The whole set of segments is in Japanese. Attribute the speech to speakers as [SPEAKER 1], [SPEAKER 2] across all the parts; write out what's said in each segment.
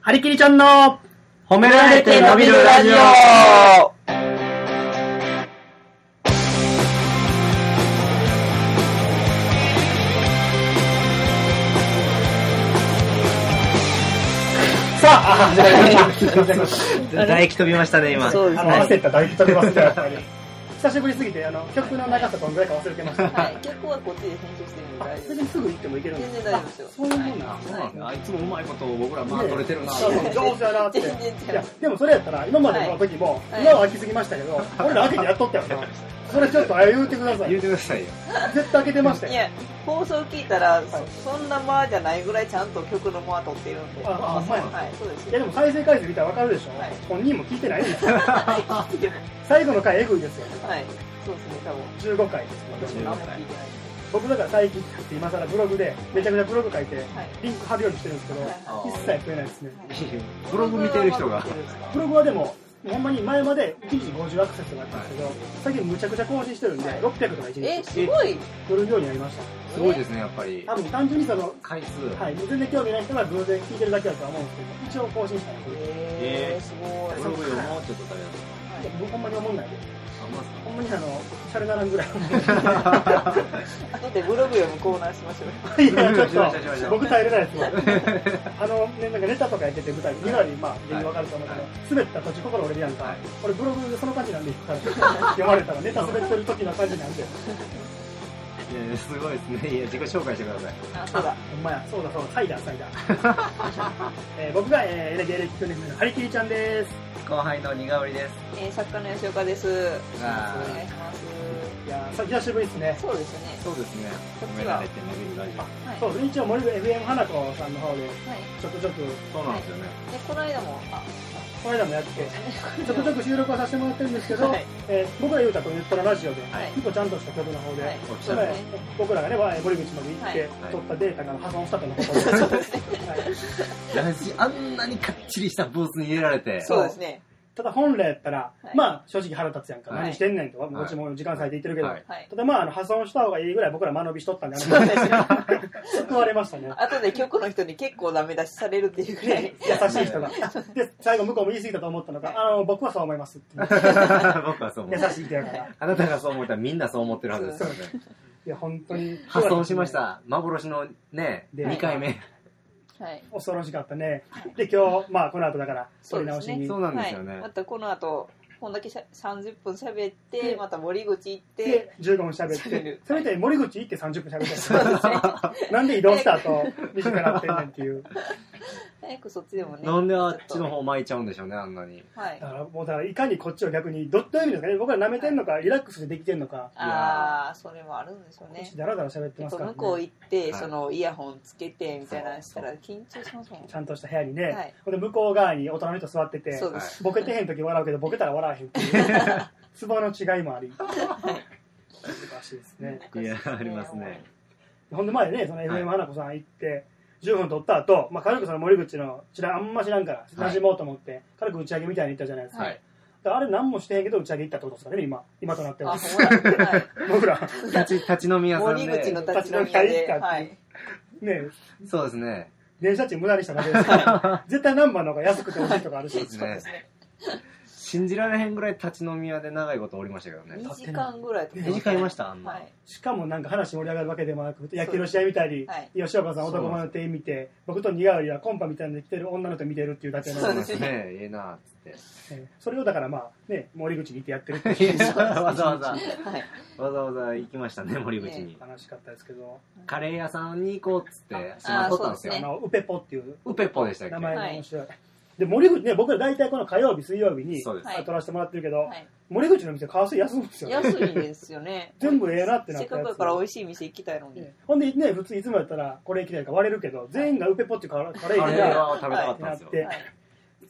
[SPEAKER 1] はりきりちゃんの
[SPEAKER 2] 褒
[SPEAKER 1] められて伸びるラジオさあ、始まりました。
[SPEAKER 2] 唾液飛びましたね、今。
[SPEAKER 3] そうで す
[SPEAKER 1] あ
[SPEAKER 3] ね
[SPEAKER 1] の、
[SPEAKER 3] は
[SPEAKER 1] 焦っ
[SPEAKER 3] い
[SPEAKER 1] た、大飛びますね、やっ ぱり。久しぶりすぎて、あの、曲の長さどんぐらいか忘れてました。
[SPEAKER 3] はい、結構はこっちで編集してるんで
[SPEAKER 1] あ
[SPEAKER 3] 大丈
[SPEAKER 1] それでぐ行ってもいけるん
[SPEAKER 3] 全
[SPEAKER 1] で
[SPEAKER 3] 然
[SPEAKER 1] す
[SPEAKER 3] 大丈夫ですよ。
[SPEAKER 1] そういうもんなんです
[SPEAKER 4] そう
[SPEAKER 1] ね
[SPEAKER 4] なんだあいつもうまいことを僕らまあ
[SPEAKER 1] ね
[SPEAKER 4] 取れてるな
[SPEAKER 1] そうそう上手やなって。い
[SPEAKER 3] 全然違う
[SPEAKER 1] や、でもそれやったら、今までの時も、
[SPEAKER 3] はい
[SPEAKER 1] 今は開きすぎましたけど、俺ら開けてやっとったよな。それちょっと、あれ言うてください
[SPEAKER 4] 言う
[SPEAKER 1] よ。
[SPEAKER 4] てくださいよ
[SPEAKER 1] 絶対開けてました
[SPEAKER 3] い
[SPEAKER 1] よ。
[SPEAKER 3] や、放送聞いたら、そそんな間じゃないぐらいちゃんと曲の間撮ってるんで。
[SPEAKER 1] ああほんまや
[SPEAKER 3] はい、そうです
[SPEAKER 1] いや、
[SPEAKER 3] よ。
[SPEAKER 1] でも再生回数見たらわかるでしょ
[SPEAKER 3] はい。
[SPEAKER 1] 本人も聞いてないですよ。
[SPEAKER 3] でも
[SPEAKER 1] 最後の回、エグいですよ。
[SPEAKER 3] はい、そうですね、多分。
[SPEAKER 1] 15回です
[SPEAKER 3] あんま聞いてない。
[SPEAKER 1] 僕だから最近作って今更ブログでめちゃくちゃブログ書いて
[SPEAKER 3] はい
[SPEAKER 1] リンク貼るようにしてるんですけど
[SPEAKER 3] は
[SPEAKER 1] 一切増えないですね
[SPEAKER 4] ブログ見てる人が
[SPEAKER 1] ブログはでもほんまに前まで1日50アクセスとかあったんですけど最近むちゃくちゃ更新してるんで
[SPEAKER 3] はい
[SPEAKER 1] 600とか1
[SPEAKER 3] え、
[SPEAKER 1] 日
[SPEAKER 3] すご
[SPEAKER 1] 来
[SPEAKER 3] い。
[SPEAKER 1] るようになりました
[SPEAKER 4] すごいですねやっぱり
[SPEAKER 1] 多分単純にその
[SPEAKER 4] 回数
[SPEAKER 1] はい全然興味ない人が偶然聞いてるだけだとは思うんですけど一応更新したんです
[SPEAKER 3] えー、す
[SPEAKER 4] ブロ
[SPEAKER 3] ご
[SPEAKER 4] グ
[SPEAKER 3] い。
[SPEAKER 4] よもうちょっと誰だ
[SPEAKER 1] で僕ほんまに思んないで
[SPEAKER 4] っ
[SPEAKER 1] ほんまにあのシャレならんぐらい
[SPEAKER 3] 後でブログ読むコーナーしましょう。
[SPEAKER 1] いやちょっ
[SPEAKER 4] しましたしまし
[SPEAKER 1] と
[SPEAKER 4] た
[SPEAKER 1] 僕耐えれないですもんあのね、なんかネタとかやってて舞台、見たにまあ、原因わかると思うけど、
[SPEAKER 4] は
[SPEAKER 1] 滑った途中心折れるやんか、
[SPEAKER 4] はい
[SPEAKER 1] 俺ブログでその感じなんで行くから、読まれたらネタ滑ってる時の感じなんで、
[SPEAKER 4] いやすごいですねいや自己紹介してください
[SPEAKER 3] あ、そうだ。
[SPEAKER 1] ほんまや、そうだそうだ、サイダーサイダー。えー僕が、えー、エレキエレキクネフのハリキリちゃんです。
[SPEAKER 2] 後輩の苦織です。
[SPEAKER 3] えー、作家の吉岡です。よろしくお
[SPEAKER 4] わー
[SPEAKER 3] 願いします。
[SPEAKER 1] いやー、さ久しぶりですね。
[SPEAKER 3] そうですね。
[SPEAKER 4] そうですね
[SPEAKER 3] こっ
[SPEAKER 4] 褒め
[SPEAKER 3] ち
[SPEAKER 4] ら
[SPEAKER 3] は
[SPEAKER 4] れて伸びるラジオ
[SPEAKER 3] はい。
[SPEAKER 1] そ
[SPEAKER 3] は
[SPEAKER 1] うですね、一応森部 FM 花子さんの方で、
[SPEAKER 3] い。
[SPEAKER 1] ちょくちょく、
[SPEAKER 4] そうなんですよね
[SPEAKER 3] で、この間も、あ、
[SPEAKER 1] この間もやって、ちょくちょく収録はさせてもらってるんですけど、
[SPEAKER 3] はい
[SPEAKER 1] えー僕ら言うたとネットのラジオで、
[SPEAKER 3] はい
[SPEAKER 1] 結構ちゃんとした曲の方で、
[SPEAKER 3] はい
[SPEAKER 4] おっし
[SPEAKER 1] そ
[SPEAKER 4] ゃ
[SPEAKER 1] う
[SPEAKER 4] る
[SPEAKER 1] だよ
[SPEAKER 3] ね
[SPEAKER 1] 僕らがね、わえー森口まで行って、
[SPEAKER 4] はい
[SPEAKER 1] 取ったデータが破損したとのことで、はい
[SPEAKER 4] ラジあんなにかっちりしたブースに入れられて
[SPEAKER 3] そうですね。
[SPEAKER 1] ただ本来やったら、
[SPEAKER 3] はい
[SPEAKER 1] まあ正直腹立つやんか、
[SPEAKER 4] はい
[SPEAKER 1] 何してんねんと、
[SPEAKER 4] い
[SPEAKER 1] こっちも時間割いて言ってるけど、
[SPEAKER 4] はい
[SPEAKER 3] はい
[SPEAKER 1] た。だまああの破損した方がいいぐらい僕ら間延びしとったんで、あ
[SPEAKER 3] そうですよ。
[SPEAKER 1] の 救われましたね。
[SPEAKER 3] あとで局の人に結構ダメ出しされるっていうぐらい。
[SPEAKER 1] 優しい人が。で、最後向こうも言い過ぎたと思ったのが、あの、僕はそう思いますって言って。
[SPEAKER 4] 僕はそう思
[SPEAKER 1] 優
[SPEAKER 4] う
[SPEAKER 1] しい人やから。
[SPEAKER 4] あなたがそう思ったらみんなそう思ってるはずですよね
[SPEAKER 1] いや、本当に。
[SPEAKER 4] 発想しまし。た幻のね
[SPEAKER 1] で
[SPEAKER 4] 2回目
[SPEAKER 3] はい。
[SPEAKER 1] 恐ろしかったね。で、今日、まあこの後だから、撮り直しに。
[SPEAKER 4] そうなんですよね
[SPEAKER 3] はいまたこの後、こんだけしゃ30分喋って、また森口行って、
[SPEAKER 1] で、15分喋っ
[SPEAKER 3] 喋
[SPEAKER 1] て
[SPEAKER 3] る、
[SPEAKER 1] それで森口行って30分喋
[SPEAKER 3] そう
[SPEAKER 1] っ
[SPEAKER 3] ですね。
[SPEAKER 1] て、なんで移動した後、短くなってんねんっていう。
[SPEAKER 3] 早くそっちでもね。
[SPEAKER 4] なんであっちの
[SPEAKER 3] ょ
[SPEAKER 4] 方巻いちゃうんでしょうねあんなに
[SPEAKER 3] とはい
[SPEAKER 1] だ。からもうだからいかにこっちを逆にどっという意味ですかね僕ら舐めてんのかリラックスでできてんのか
[SPEAKER 3] ああ、それもあるんでしょう
[SPEAKER 1] こっ
[SPEAKER 3] ね
[SPEAKER 1] ち。だらだら喋ってま
[SPEAKER 3] やっ
[SPEAKER 1] す
[SPEAKER 3] ぱ
[SPEAKER 1] から、
[SPEAKER 3] 向こう
[SPEAKER 1] ね、
[SPEAKER 3] 行って、
[SPEAKER 4] はい
[SPEAKER 3] そのイヤホンつけてみたいなのしたら緊張しますもん。
[SPEAKER 1] ちゃんとした部屋にね、
[SPEAKER 3] はい
[SPEAKER 1] ほんで向こう側に大人の人座ってて
[SPEAKER 3] そうです。
[SPEAKER 1] ボケてへん時笑うけどボケたら笑わへんって いうツボの違いもあり難しいですね
[SPEAKER 4] いやありますね
[SPEAKER 1] ほんで前ねその FM 花子さん行って10分取った後、まあ軽くその森口の知らんあんま知らんから馴染もうと思って、軽く打ち上げみたいに行ったじゃないですか、
[SPEAKER 4] はい
[SPEAKER 1] だからあれ何もしてへんけど打ち上げ行ったってことですかね今今となって
[SPEAKER 3] あ、
[SPEAKER 1] は
[SPEAKER 3] ほら。はい
[SPEAKER 1] 僕ら
[SPEAKER 4] 立ち立ち飲み屋さん
[SPEAKER 3] 森口
[SPEAKER 4] で
[SPEAKER 3] の立ち飲み
[SPEAKER 1] 立ち飲み
[SPEAKER 3] 屋
[SPEAKER 1] 屋行っ
[SPEAKER 3] で
[SPEAKER 1] たっ、て
[SPEAKER 3] はい。
[SPEAKER 1] ね
[SPEAKER 4] そうですね
[SPEAKER 1] 電車賃無駄にしただけです から、絶対ナンバーの方が安くて美味しいとかあるし、
[SPEAKER 4] そうですね信じられへんぐらい立ち飲み屋で長いことおりましたけどね
[SPEAKER 3] 2時間ぐらいと
[SPEAKER 1] 二
[SPEAKER 4] 2時間いましたあんな、
[SPEAKER 3] はい。
[SPEAKER 1] しかもなんか話盛り上がるわけでもなく、野球の試合見たり、
[SPEAKER 3] はい
[SPEAKER 1] 吉岡さん男前の手見て、僕と苦いはコンパみたいなの着てる女の人見てるっていうだけな
[SPEAKER 4] そ
[SPEAKER 1] の
[SPEAKER 4] うで
[SPEAKER 1] で、
[SPEAKER 4] すねええなっつ
[SPEAKER 1] えーそれをだからまあ、ね、森口にいてやってるって
[SPEAKER 4] っていやわざわざ
[SPEAKER 3] はい。
[SPEAKER 4] わざわざ行きましたね森口に、
[SPEAKER 1] 悲しかったですけど、
[SPEAKER 4] カレー屋さんに行こうっつって
[SPEAKER 3] あ
[SPEAKER 4] 島取ったんですよ
[SPEAKER 1] あ
[SPEAKER 3] そうで
[SPEAKER 1] の、ウペポっていう
[SPEAKER 4] ウペポでしたっけ
[SPEAKER 1] 名前
[SPEAKER 4] は
[SPEAKER 1] が面白い。で、森口ね、僕ら大体この火曜日、水曜日に、
[SPEAKER 4] そうです
[SPEAKER 3] はい
[SPEAKER 1] 撮らせてもらってるけど、
[SPEAKER 3] はい
[SPEAKER 1] 森口の店、川水安いんですよね。。
[SPEAKER 3] 安いですよね
[SPEAKER 1] 全部ええなってなったやつ
[SPEAKER 3] せっかくだから美味しい店行きたいのに。
[SPEAKER 1] ほんでね、普通いつもやったら、これ行きたいから割れるけど、全員がウペポっていうカレーカレ
[SPEAKER 4] カ
[SPEAKER 1] ー
[SPEAKER 4] レ
[SPEAKER 1] に
[SPEAKER 4] ー
[SPEAKER 1] な
[SPEAKER 4] は食べたかったんですよ、
[SPEAKER 1] はい
[SPEAKER 3] はい。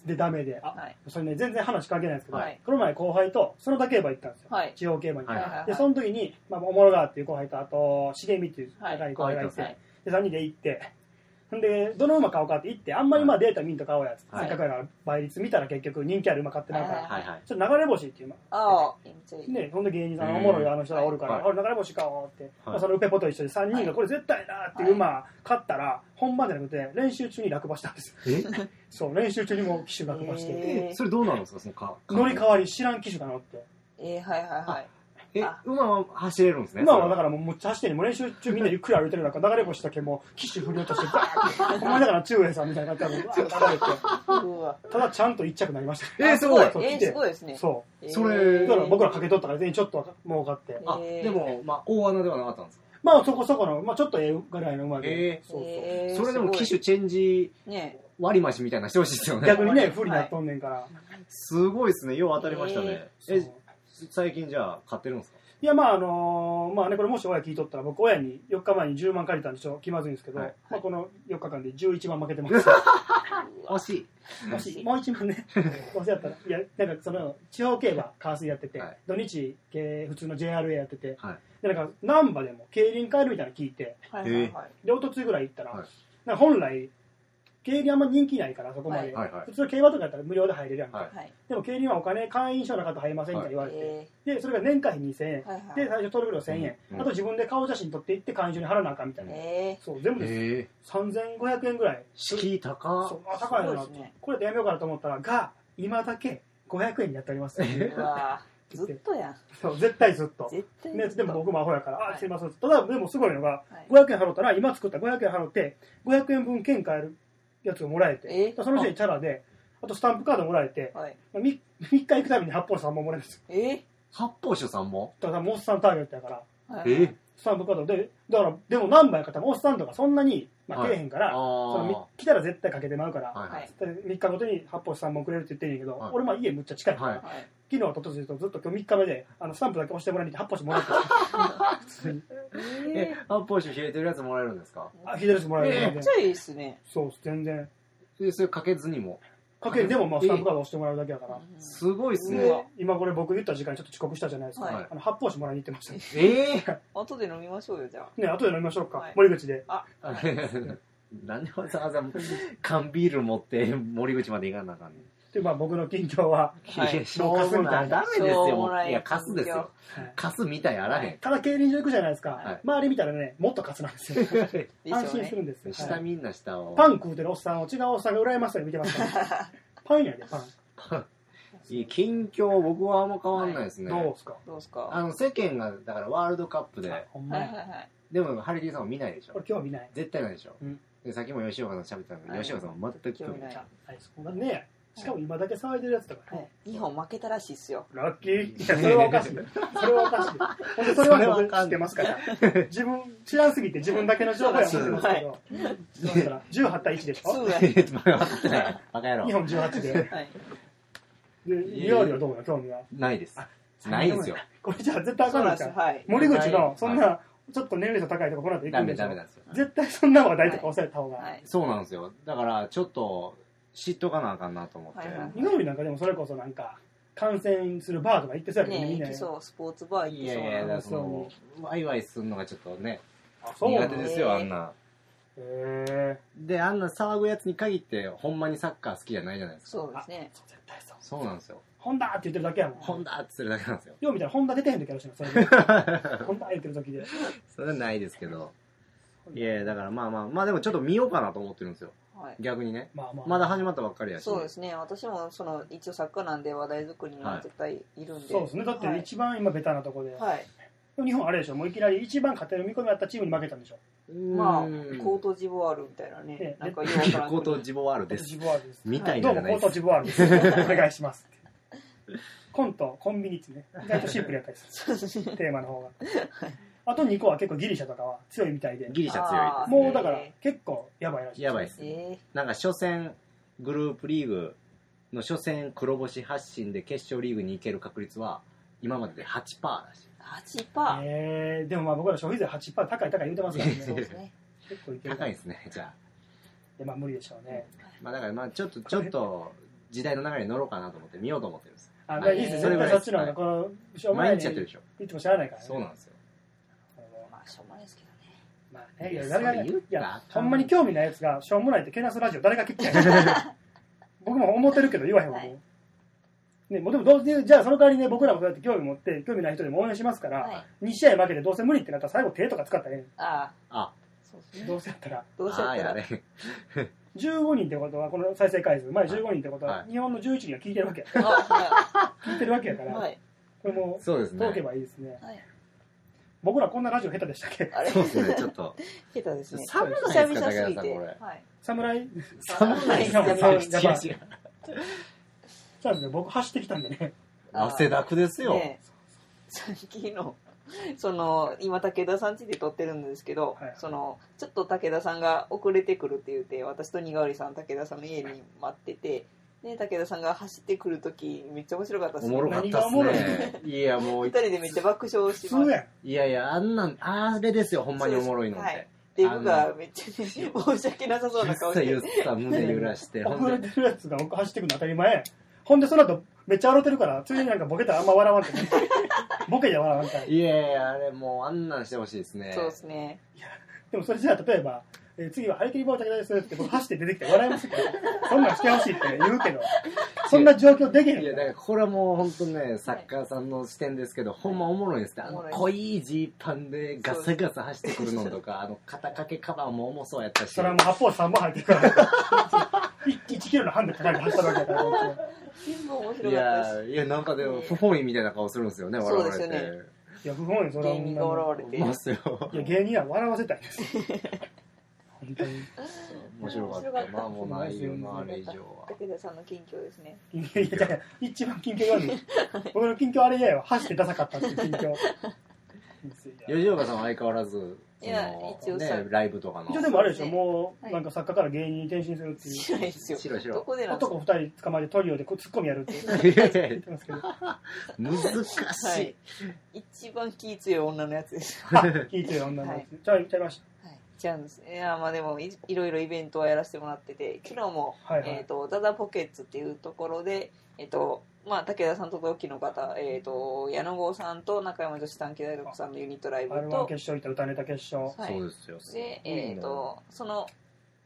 [SPEAKER 1] で、ダメで、あ、
[SPEAKER 3] はい。
[SPEAKER 1] それね、全然話関係ないんですけど、
[SPEAKER 3] はい
[SPEAKER 1] この前後輩と、そのだけ競馬行ったんですよ。
[SPEAKER 3] はい。
[SPEAKER 1] 地方競馬に。
[SPEAKER 4] はい
[SPEAKER 3] はい
[SPEAKER 1] で、その時に、まあ、おもろがっていう後輩と、あと、茂みっていう
[SPEAKER 3] はい
[SPEAKER 1] 高い後輩がいて、
[SPEAKER 3] はい
[SPEAKER 1] で、3人で行って、ほんで、どの馬買おうかって言って、あんまりまあデータ見んと買おうやつって、
[SPEAKER 4] はい
[SPEAKER 1] せっかくやから倍率見たら結局人気ある馬買ってないから、
[SPEAKER 3] はい
[SPEAKER 4] はいはい。
[SPEAKER 1] ちょっと流れ星っていう馬、
[SPEAKER 3] ああ、めっちゃいい。
[SPEAKER 1] ね、ほんで芸人さんのおもろいあの人がおるから、
[SPEAKER 4] はい
[SPEAKER 1] 俺流れ星買おうって、
[SPEAKER 4] はい
[SPEAKER 1] そのウペポと一緒で3人がこれ絶対だっていう馬買ったら、本番じゃなくて練習中に落馬したんですよ。
[SPEAKER 4] え
[SPEAKER 1] そう、練習中にもう機種落馬して、
[SPEAKER 3] へー
[SPEAKER 4] それどうなんですかそのか。
[SPEAKER 1] 乗り代わり知らん機種が乗って、
[SPEAKER 3] えー、はいはいはい。
[SPEAKER 4] え
[SPEAKER 3] あ、
[SPEAKER 4] 馬は走れるんですね。
[SPEAKER 1] 今はだ
[SPEAKER 4] か
[SPEAKER 1] からもうむっちゃ走ってる、もう練習中みんなゆっくり歩いてる中、流れ星だけもう機種振り落として、バーって、お前だから中英さんみたいになって、うわ ー流れて。
[SPEAKER 3] うわ。
[SPEAKER 1] ただちゃんと一着になりました。
[SPEAKER 4] えーすごい
[SPEAKER 3] あえー、すごいですね。
[SPEAKER 1] そ
[SPEAKER 3] えー
[SPEAKER 4] それ
[SPEAKER 1] う。だから僕らかけとったから全員ちょっとは儲かって。
[SPEAKER 4] あ、
[SPEAKER 3] えー
[SPEAKER 4] でも、まあ、大穴ではなかったんですか
[SPEAKER 1] まあそこそこの、まあちょっとええぐらいの馬で。
[SPEAKER 4] え
[SPEAKER 1] そうそう。
[SPEAKER 3] えー
[SPEAKER 4] それでも
[SPEAKER 3] すごい
[SPEAKER 4] 機種チェンジ
[SPEAKER 3] ね
[SPEAKER 4] 割り増しみたいなのしてほしいですよね。
[SPEAKER 1] 逆にね、不利なっとんねんから。
[SPEAKER 4] すごいですね。よう当たりましたね。
[SPEAKER 1] そう
[SPEAKER 4] え、最近じゃあ買ってるんですか
[SPEAKER 1] いやまああのーまあね、これもし親聞いとったら、僕親に4日前に10万借りたんでちょっと気まずいんですけど、
[SPEAKER 4] はい
[SPEAKER 1] まあこの4日間で11万負けてます。
[SPEAKER 4] 惜しい。
[SPEAKER 1] もし、もう1万ね。忘れやったら。いや、なんかその、地方競馬、川水やってて、
[SPEAKER 4] はい
[SPEAKER 1] 土日、えー普通の JRA やってて、
[SPEAKER 4] はい
[SPEAKER 1] で、なんか、難波でも競輪買えるみたいなの聞いて、
[SPEAKER 3] はいはいはい。
[SPEAKER 1] で、一昨日ぐらい行ったら、
[SPEAKER 4] はい
[SPEAKER 1] なんか本来、競輪あんま人気ないから、そこまで。
[SPEAKER 4] はいはい
[SPEAKER 1] 普通の競馬とかだったら無料で入れるやんか。
[SPEAKER 4] はい
[SPEAKER 3] はい。
[SPEAKER 1] でも競輪はお金、会員証なかったら入れませんって言われて、
[SPEAKER 3] え
[SPEAKER 1] で、それが年会費2000円
[SPEAKER 3] ー、、はいはい。
[SPEAKER 1] で、最初登録料1000円、
[SPEAKER 4] うん
[SPEAKER 1] あと自分で顔写真撮っていって会員証に払わなあかんみたいな。
[SPEAKER 3] え
[SPEAKER 1] そう、全部で
[SPEAKER 4] ええ。
[SPEAKER 1] 3500円ぐらい。
[SPEAKER 4] 敷居
[SPEAKER 1] そ
[SPEAKER 4] 高
[SPEAKER 1] う、あ、高いなっ
[SPEAKER 3] すご
[SPEAKER 1] て、
[SPEAKER 3] いですね
[SPEAKER 1] これでやめようかなと思ったら、が、今だけ500円にやっております。
[SPEAKER 3] ー、うわーずっとやん。
[SPEAKER 1] そう、絶対ずっと。
[SPEAKER 3] 絶対ずっ
[SPEAKER 1] ね、
[SPEAKER 3] と
[SPEAKER 1] でも僕もアホやから、
[SPEAKER 3] は
[SPEAKER 1] あ、
[SPEAKER 3] い
[SPEAKER 1] すいません。ただ、でもすごいのが、
[SPEAKER 3] はい
[SPEAKER 1] 500円払ったら、今作った500円払って、500円分券買えるやつをもらえて、
[SPEAKER 3] え
[SPEAKER 1] その人にチャラで、あとスタンプカードもらえて、
[SPEAKER 3] はい。
[SPEAKER 1] 3, 日行くたびに8本3本もらえるんですよ。
[SPEAKER 3] えー
[SPEAKER 4] 八方酒さんも
[SPEAKER 1] だからもうおっさんターゲットやから、
[SPEAKER 3] はい
[SPEAKER 4] ええ
[SPEAKER 1] スタンプカードで、だから、でも何枚か多分おっさんとかそんなに、まあ、
[SPEAKER 4] はい
[SPEAKER 1] けえへんから、
[SPEAKER 4] あ
[SPEAKER 1] そのみ
[SPEAKER 4] あ。
[SPEAKER 1] 来たら絶対かけてまうから、
[SPEAKER 4] はい
[SPEAKER 3] は
[SPEAKER 4] はいい。
[SPEAKER 1] 3日ごとに8本3本くれるって言ってるんやけど、
[SPEAKER 4] はい
[SPEAKER 1] 俺まあ家むっちゃ近いから、
[SPEAKER 4] はい。
[SPEAKER 3] はい。
[SPEAKER 1] 昨日はととずとずっと今日3日目で、あの、スタンプだけ押してもらえに行って8本してもらって、
[SPEAKER 4] え
[SPEAKER 3] え、
[SPEAKER 4] 八方酒冷えてるやつもらえるんですか
[SPEAKER 1] あ、左ですもらえる
[SPEAKER 3] ー、
[SPEAKER 1] 全
[SPEAKER 3] めっち
[SPEAKER 1] 然
[SPEAKER 3] ゃいいっすね。
[SPEAKER 1] そう、全然。
[SPEAKER 4] で、それかけずにも。
[SPEAKER 1] かけるでもまあスタンプカード押してもらうだけやから。
[SPEAKER 4] すごいっす
[SPEAKER 3] う
[SPEAKER 4] ね
[SPEAKER 3] わ。
[SPEAKER 1] で今これ僕言った時間にちょっと遅刻したじゃないですか、
[SPEAKER 3] はい
[SPEAKER 1] あの発泡酒もらいに行ってましたね
[SPEAKER 4] ええ。
[SPEAKER 3] 後で飲みましょうよ、じゃ
[SPEAKER 1] ね後で飲みましょうか、
[SPEAKER 3] はい
[SPEAKER 1] 森口で
[SPEAKER 4] あれなんでわざわざ缶ビール持って森口まで行かなあかんねん。
[SPEAKER 1] でまあ僕の近況は、
[SPEAKER 3] はい
[SPEAKER 4] いやしょうもない。ダメです
[SPEAKER 3] しょうも
[SPEAKER 4] よ。
[SPEAKER 3] ない
[SPEAKER 4] いや、カスですよ。カスみたいあらへん。
[SPEAKER 1] ただ競輪場行くじゃないですか、
[SPEAKER 4] はい
[SPEAKER 1] 周り見たらねもっと勝つなんですよ
[SPEAKER 3] あ。
[SPEAKER 1] 安
[SPEAKER 3] でしょ
[SPEAKER 1] 心す
[SPEAKER 3] うね。
[SPEAKER 1] るんですよ、
[SPEAKER 4] 下
[SPEAKER 1] はい
[SPEAKER 4] みんな下を。
[SPEAKER 1] パン食うてるおっさんを違うおっさんが羨ましさに見てますからパンやでパン
[SPEAKER 4] いや近況、僕はあんま変わんないですね。
[SPEAKER 1] どうっすか、
[SPEAKER 3] どうっすか
[SPEAKER 4] あの、世間が、だからワールドカップ
[SPEAKER 1] あ
[SPEAKER 4] で、
[SPEAKER 1] ほんま
[SPEAKER 3] はい
[SPEAKER 1] や、
[SPEAKER 3] はいはい。
[SPEAKER 4] でもハリケーンさんも見ないでし
[SPEAKER 1] こ
[SPEAKER 4] ょ
[SPEAKER 1] れ。興味ない
[SPEAKER 4] 絶対ないでしょ
[SPEAKER 1] うん。
[SPEAKER 4] で、さっきも吉岡さんと喋ってたの
[SPEAKER 3] は
[SPEAKER 4] に、
[SPEAKER 3] い
[SPEAKER 4] 吉岡さんも全く興味
[SPEAKER 3] 興
[SPEAKER 4] な い。
[SPEAKER 3] 味ない
[SPEAKER 1] はいそこがねしかも今だけ騒いでるやつだから、
[SPEAKER 3] はい、日本負けたらしいっすよ。
[SPEAKER 1] ラッキーいやそれはおかしいそれはおかしいほんでそれは僕知ってますから自分知らんすぎて自分だけの情報や思ってますけど、そうしたら18対1でし
[SPEAKER 3] そ
[SPEAKER 1] ょ
[SPEAKER 3] うや。
[SPEAKER 4] バカ野
[SPEAKER 1] 日
[SPEAKER 4] 郎。
[SPEAKER 1] 本18で
[SPEAKER 3] はい。
[SPEAKER 1] で料理はどうなの興味は
[SPEAKER 4] ないです。ないですよ。
[SPEAKER 1] これじゃあ絶対あ
[SPEAKER 3] そ
[SPEAKER 1] か
[SPEAKER 3] うんな
[SPEAKER 1] ので
[SPEAKER 3] んですすよ。
[SPEAKER 1] か
[SPEAKER 3] はい。
[SPEAKER 1] 森口のそんなちょっと年齢層高いとここの後行
[SPEAKER 4] ダ
[SPEAKER 1] くん
[SPEAKER 4] メ
[SPEAKER 1] でし
[SPEAKER 4] ダメ
[SPEAKER 1] ょ
[SPEAKER 4] なんですよ。
[SPEAKER 1] 絶対そんな話題とか抑えた方
[SPEAKER 3] は
[SPEAKER 1] が
[SPEAKER 3] い。
[SPEAKER 4] そうなんですよ。だから、ちょっと、知っとかなあかんなと思って。
[SPEAKER 3] はいはい
[SPEAKER 1] 日本なんかでもそれこそなんか感染するバーとか行ってそうやけどね
[SPEAKER 3] ね
[SPEAKER 1] みん
[SPEAKER 3] 行
[SPEAKER 1] な
[SPEAKER 3] き
[SPEAKER 1] ね
[SPEAKER 3] そう、スポーツバー行
[SPEAKER 4] い
[SPEAKER 3] き
[SPEAKER 4] や
[SPEAKER 3] そう
[SPEAKER 4] い
[SPEAKER 3] な。
[SPEAKER 4] や、だから
[SPEAKER 1] そ
[SPEAKER 4] そうの、ワイワイするのがちょっとね、
[SPEAKER 1] あそうな
[SPEAKER 4] 苦
[SPEAKER 1] ん
[SPEAKER 4] 手
[SPEAKER 1] だ
[SPEAKER 4] で
[SPEAKER 1] へ
[SPEAKER 4] すよ、あんな。
[SPEAKER 1] え
[SPEAKER 4] で、あんな騒ぐやつに限って、ほんまにサッカー好きじゃないじゃないですか。
[SPEAKER 3] そうですね。
[SPEAKER 1] 絶対そう
[SPEAKER 4] そうなんですよ。
[SPEAKER 1] ホンダって言ってるだけやもん
[SPEAKER 4] ホンダってするだけなんですよ。
[SPEAKER 1] よう見たらホンダ出てへん時あるしなそれ でホンダ言ってる時で
[SPEAKER 4] それはないですけど。いやいやだからまあまあ、まあでもちょっと見ようかなと思ってるんですよ。
[SPEAKER 3] はい。
[SPEAKER 4] 逆にね。
[SPEAKER 1] まあまあ
[SPEAKER 4] まだ始まったばっかりやし。
[SPEAKER 3] そうですね。私もその一応作家なんで話題作りには絶対いるんで。
[SPEAKER 1] そうですねだって一番今ベタなとこで、
[SPEAKER 3] はい。
[SPEAKER 1] 日本あれでしょもういきなり一番勝てる見込みあったチームに負けたんでしょ
[SPEAKER 3] まあ
[SPEAKER 4] う、
[SPEAKER 3] コ
[SPEAKER 4] ー
[SPEAKER 3] ートジボワールみたいな
[SPEAKER 1] え
[SPEAKER 3] ね。
[SPEAKER 1] え
[SPEAKER 3] なんかようわからん
[SPEAKER 4] コー ト
[SPEAKER 3] ジ
[SPEAKER 4] ジボワール
[SPEAKER 1] コー
[SPEAKER 4] で
[SPEAKER 1] ト
[SPEAKER 4] す。
[SPEAKER 1] ジボワールです
[SPEAKER 4] みたい
[SPEAKER 1] ど
[SPEAKER 4] な
[SPEAKER 1] う
[SPEAKER 4] じ
[SPEAKER 1] も
[SPEAKER 4] ゃ
[SPEAKER 1] コート
[SPEAKER 4] ないです。
[SPEAKER 1] ジボワールです お願いしますコントコンビニってね意外とシンプルやったりする テーマの方があと2個は結構ギリシャとかは強いみたいで
[SPEAKER 4] ギリシャ強いです、ね。
[SPEAKER 1] もうだから結構やばいらしい
[SPEAKER 4] やばいです。
[SPEAKER 3] え
[SPEAKER 4] なんか初戦、グループリーグの初戦黒星発進で決勝リーグに行ける確率は、今までで8%らしい。
[SPEAKER 3] ー、8%。
[SPEAKER 1] えーでもまあ僕ら消費税8%高い高い言うてますから ね
[SPEAKER 3] そうですね。
[SPEAKER 1] 結構いける
[SPEAKER 4] 高いですね、じゃあ。
[SPEAKER 1] でまあ無理でしょうね
[SPEAKER 4] まあだからまあちょっと、ちょっと、時代の流れに乗ろうかなと思って見ようと思ってるんです。
[SPEAKER 1] あ、
[SPEAKER 4] はい
[SPEAKER 1] い、いですね
[SPEAKER 3] それ
[SPEAKER 1] 絶
[SPEAKER 3] ぐ
[SPEAKER 1] 対
[SPEAKER 3] らい
[SPEAKER 1] そっちの方がこのしょうもない
[SPEAKER 4] 毎
[SPEAKER 1] ね
[SPEAKER 4] 日やってるでしょ。
[SPEAKER 1] いつも知らないからね
[SPEAKER 4] そうなんですよ。
[SPEAKER 1] あの
[SPEAKER 3] まあ、しょうもないですけどね。
[SPEAKER 1] まあねね。いや、
[SPEAKER 4] そ
[SPEAKER 1] 誰
[SPEAKER 4] れ
[SPEAKER 1] が、い
[SPEAKER 4] 言ったらあ
[SPEAKER 1] や、
[SPEAKER 4] か
[SPEAKER 1] ほ
[SPEAKER 4] ん
[SPEAKER 1] んまに興味ないやつが、しょうもないってけなすラジオ誰が聞きたいの僕も思ってるけど言わへんわ、
[SPEAKER 5] は
[SPEAKER 1] もう。ね、もうでもどうせ、じゃあその代わりね、僕らもそうやって興味持って、興味ない人でも応援しますから、
[SPEAKER 5] はい
[SPEAKER 1] 2試合負けてどうせ無理ってなったら最後手とか使ったらえ
[SPEAKER 3] あ
[SPEAKER 4] あ、
[SPEAKER 5] そうです
[SPEAKER 1] えねんど
[SPEAKER 5] ね。
[SPEAKER 1] うせやったら。
[SPEAKER 3] どうしよ
[SPEAKER 4] あ
[SPEAKER 3] う
[SPEAKER 4] あや
[SPEAKER 3] かな。
[SPEAKER 4] れ。
[SPEAKER 1] 15人ってことは、この再生回数、前15人ってことは、
[SPEAKER 4] はい
[SPEAKER 1] 日本の11人が聞いてるわけや。
[SPEAKER 3] あ
[SPEAKER 1] 聞いてるわけやから、
[SPEAKER 3] はい。
[SPEAKER 1] これも
[SPEAKER 4] そうです
[SPEAKER 1] う、
[SPEAKER 4] ね
[SPEAKER 1] 通。けばいいですね。
[SPEAKER 5] はい。
[SPEAKER 1] 僕らこんなラジオ下手でしたっけ
[SPEAKER 3] あれ
[SPEAKER 4] そうですね、ちょっと。
[SPEAKER 3] 下手ですね。
[SPEAKER 4] 寒ないですか、武田さん、これ。
[SPEAKER 5] はい。
[SPEAKER 1] 侍
[SPEAKER 4] 寒い
[SPEAKER 1] 寒い寒い
[SPEAKER 4] 違う違う。
[SPEAKER 1] そうですね、僕走ってきたんでね。
[SPEAKER 4] 汗だくですよ。
[SPEAKER 3] ねさっきの、その、今、武田さん家で撮ってるんですけど、
[SPEAKER 1] はい
[SPEAKER 3] その、ちょっと武田さんが遅れてくるって言って、私と苦織さん、武田さんの家に待ってて、で、武田さんが走ってくるとき、めっちゃ面白かったで
[SPEAKER 4] お
[SPEAKER 3] す
[SPEAKER 4] もろ
[SPEAKER 3] ね
[SPEAKER 4] かったっすね。いや、もう
[SPEAKER 3] 二、人でめっちゃ爆笑してま
[SPEAKER 1] 普通
[SPEAKER 3] す。
[SPEAKER 1] やん。
[SPEAKER 4] いやいや、あんなん、あれですよ、ほんまにおもろいのっ
[SPEAKER 3] は
[SPEAKER 4] て
[SPEAKER 3] い。デブがめっちゃね、申し訳なさそう
[SPEAKER 4] ゆ
[SPEAKER 3] な
[SPEAKER 4] っ
[SPEAKER 3] 顔
[SPEAKER 4] さ
[SPEAKER 3] し て
[SPEAKER 4] ゆっ
[SPEAKER 3] る。
[SPEAKER 4] さ胸揺らして、ほ
[SPEAKER 1] 遅れ
[SPEAKER 4] んで、
[SPEAKER 1] てるやつが僕走ってくるの当たり前やんほんでその後めっちゃ笑ってるからついになんかボケたらあんま笑わんって、 ね、ボケじゃ笑わんから
[SPEAKER 4] いやいや、あれもうあんなんしてほしいですね。
[SPEAKER 3] そうですね。
[SPEAKER 1] でもそれじゃあ例えば、えー次は張り切り棒竹田ですって僕走って出てきて笑いますけどそんなんしてほしいって言うけどそんな状況できへん
[SPEAKER 4] いや、だからこれはもう本当ね、サッカーさんの視点ですけど、ほんまおもろいですね。あの
[SPEAKER 3] おもろい
[SPEAKER 4] 濃いジーパンでガサガサ走ってくるのとか、あの肩掛けカバーも重そうやったし
[SPEAKER 1] それ、はもう八方三本入ってるから1 キロのハンデ抱えて走ったわけだからこ っ
[SPEAKER 3] 全部面
[SPEAKER 4] い
[SPEAKER 3] 白かったし
[SPEAKER 4] や、いや、なんかでも不本意みたいな顔するんですよね、我々っ
[SPEAKER 3] そうですよ
[SPEAKER 4] て。
[SPEAKER 1] ちいや不本意それは
[SPEAKER 3] 芸人が
[SPEAKER 1] も
[SPEAKER 3] 笑われ
[SPEAKER 4] いま
[SPEAKER 3] て。
[SPEAKER 4] すよ
[SPEAKER 1] うい。や芸人は笑わせたい です本当に
[SPEAKER 4] 面白かっ
[SPEAKER 5] 面白か
[SPEAKER 4] た。
[SPEAKER 5] った
[SPEAKER 4] まあもうないよな、あれ以上は。
[SPEAKER 3] 武田さんの近況ですね。
[SPEAKER 1] いやいや、だから一番近況があ る。僕の近況あれやよ。走ってダサかったっていう近況。
[SPEAKER 4] 吉岡さんは相変わらず、そ
[SPEAKER 3] いや
[SPEAKER 4] の
[SPEAKER 3] 一応さ
[SPEAKER 4] ね、ライブとかの。
[SPEAKER 1] 一応でもあれでしょ、
[SPEAKER 3] ね
[SPEAKER 1] も
[SPEAKER 5] は
[SPEAKER 1] う、
[SPEAKER 5] い
[SPEAKER 1] なんか作家から芸人に転身するって
[SPEAKER 3] 知
[SPEAKER 1] い
[SPEAKER 3] らないですよ。
[SPEAKER 4] 白白
[SPEAKER 3] どこで
[SPEAKER 1] う。
[SPEAKER 3] なんです
[SPEAKER 1] 男二人捕まえてトリオでこうツッコミやるって言
[SPEAKER 4] いやいやいや
[SPEAKER 1] ってますけど。
[SPEAKER 4] 難
[SPEAKER 3] かは
[SPEAKER 4] し
[SPEAKER 3] い
[SPEAKER 4] い。。
[SPEAKER 3] 一番気強い女のやつです。
[SPEAKER 1] あ聞いてよ、女の
[SPEAKER 3] はい
[SPEAKER 1] 子。じゃあ行っちゃいまし
[SPEAKER 3] はい。ちゃうんです。いや、まあでもい、いろいろイベントはやらせてもらってて、昨日も、
[SPEAKER 1] た。はいは
[SPEAKER 3] えっ
[SPEAKER 1] い。
[SPEAKER 3] と、ダダポケッツっていうところで、えっと、まあ、武田さんと同期の方、えっと、矢野郷さんと中山女子短期大学さんのユニットライブ
[SPEAKER 1] R1
[SPEAKER 3] と
[SPEAKER 1] 決、勝行った歌ネタ決勝。
[SPEAKER 3] はい
[SPEAKER 4] そうですよ。
[SPEAKER 3] で、えっと、その、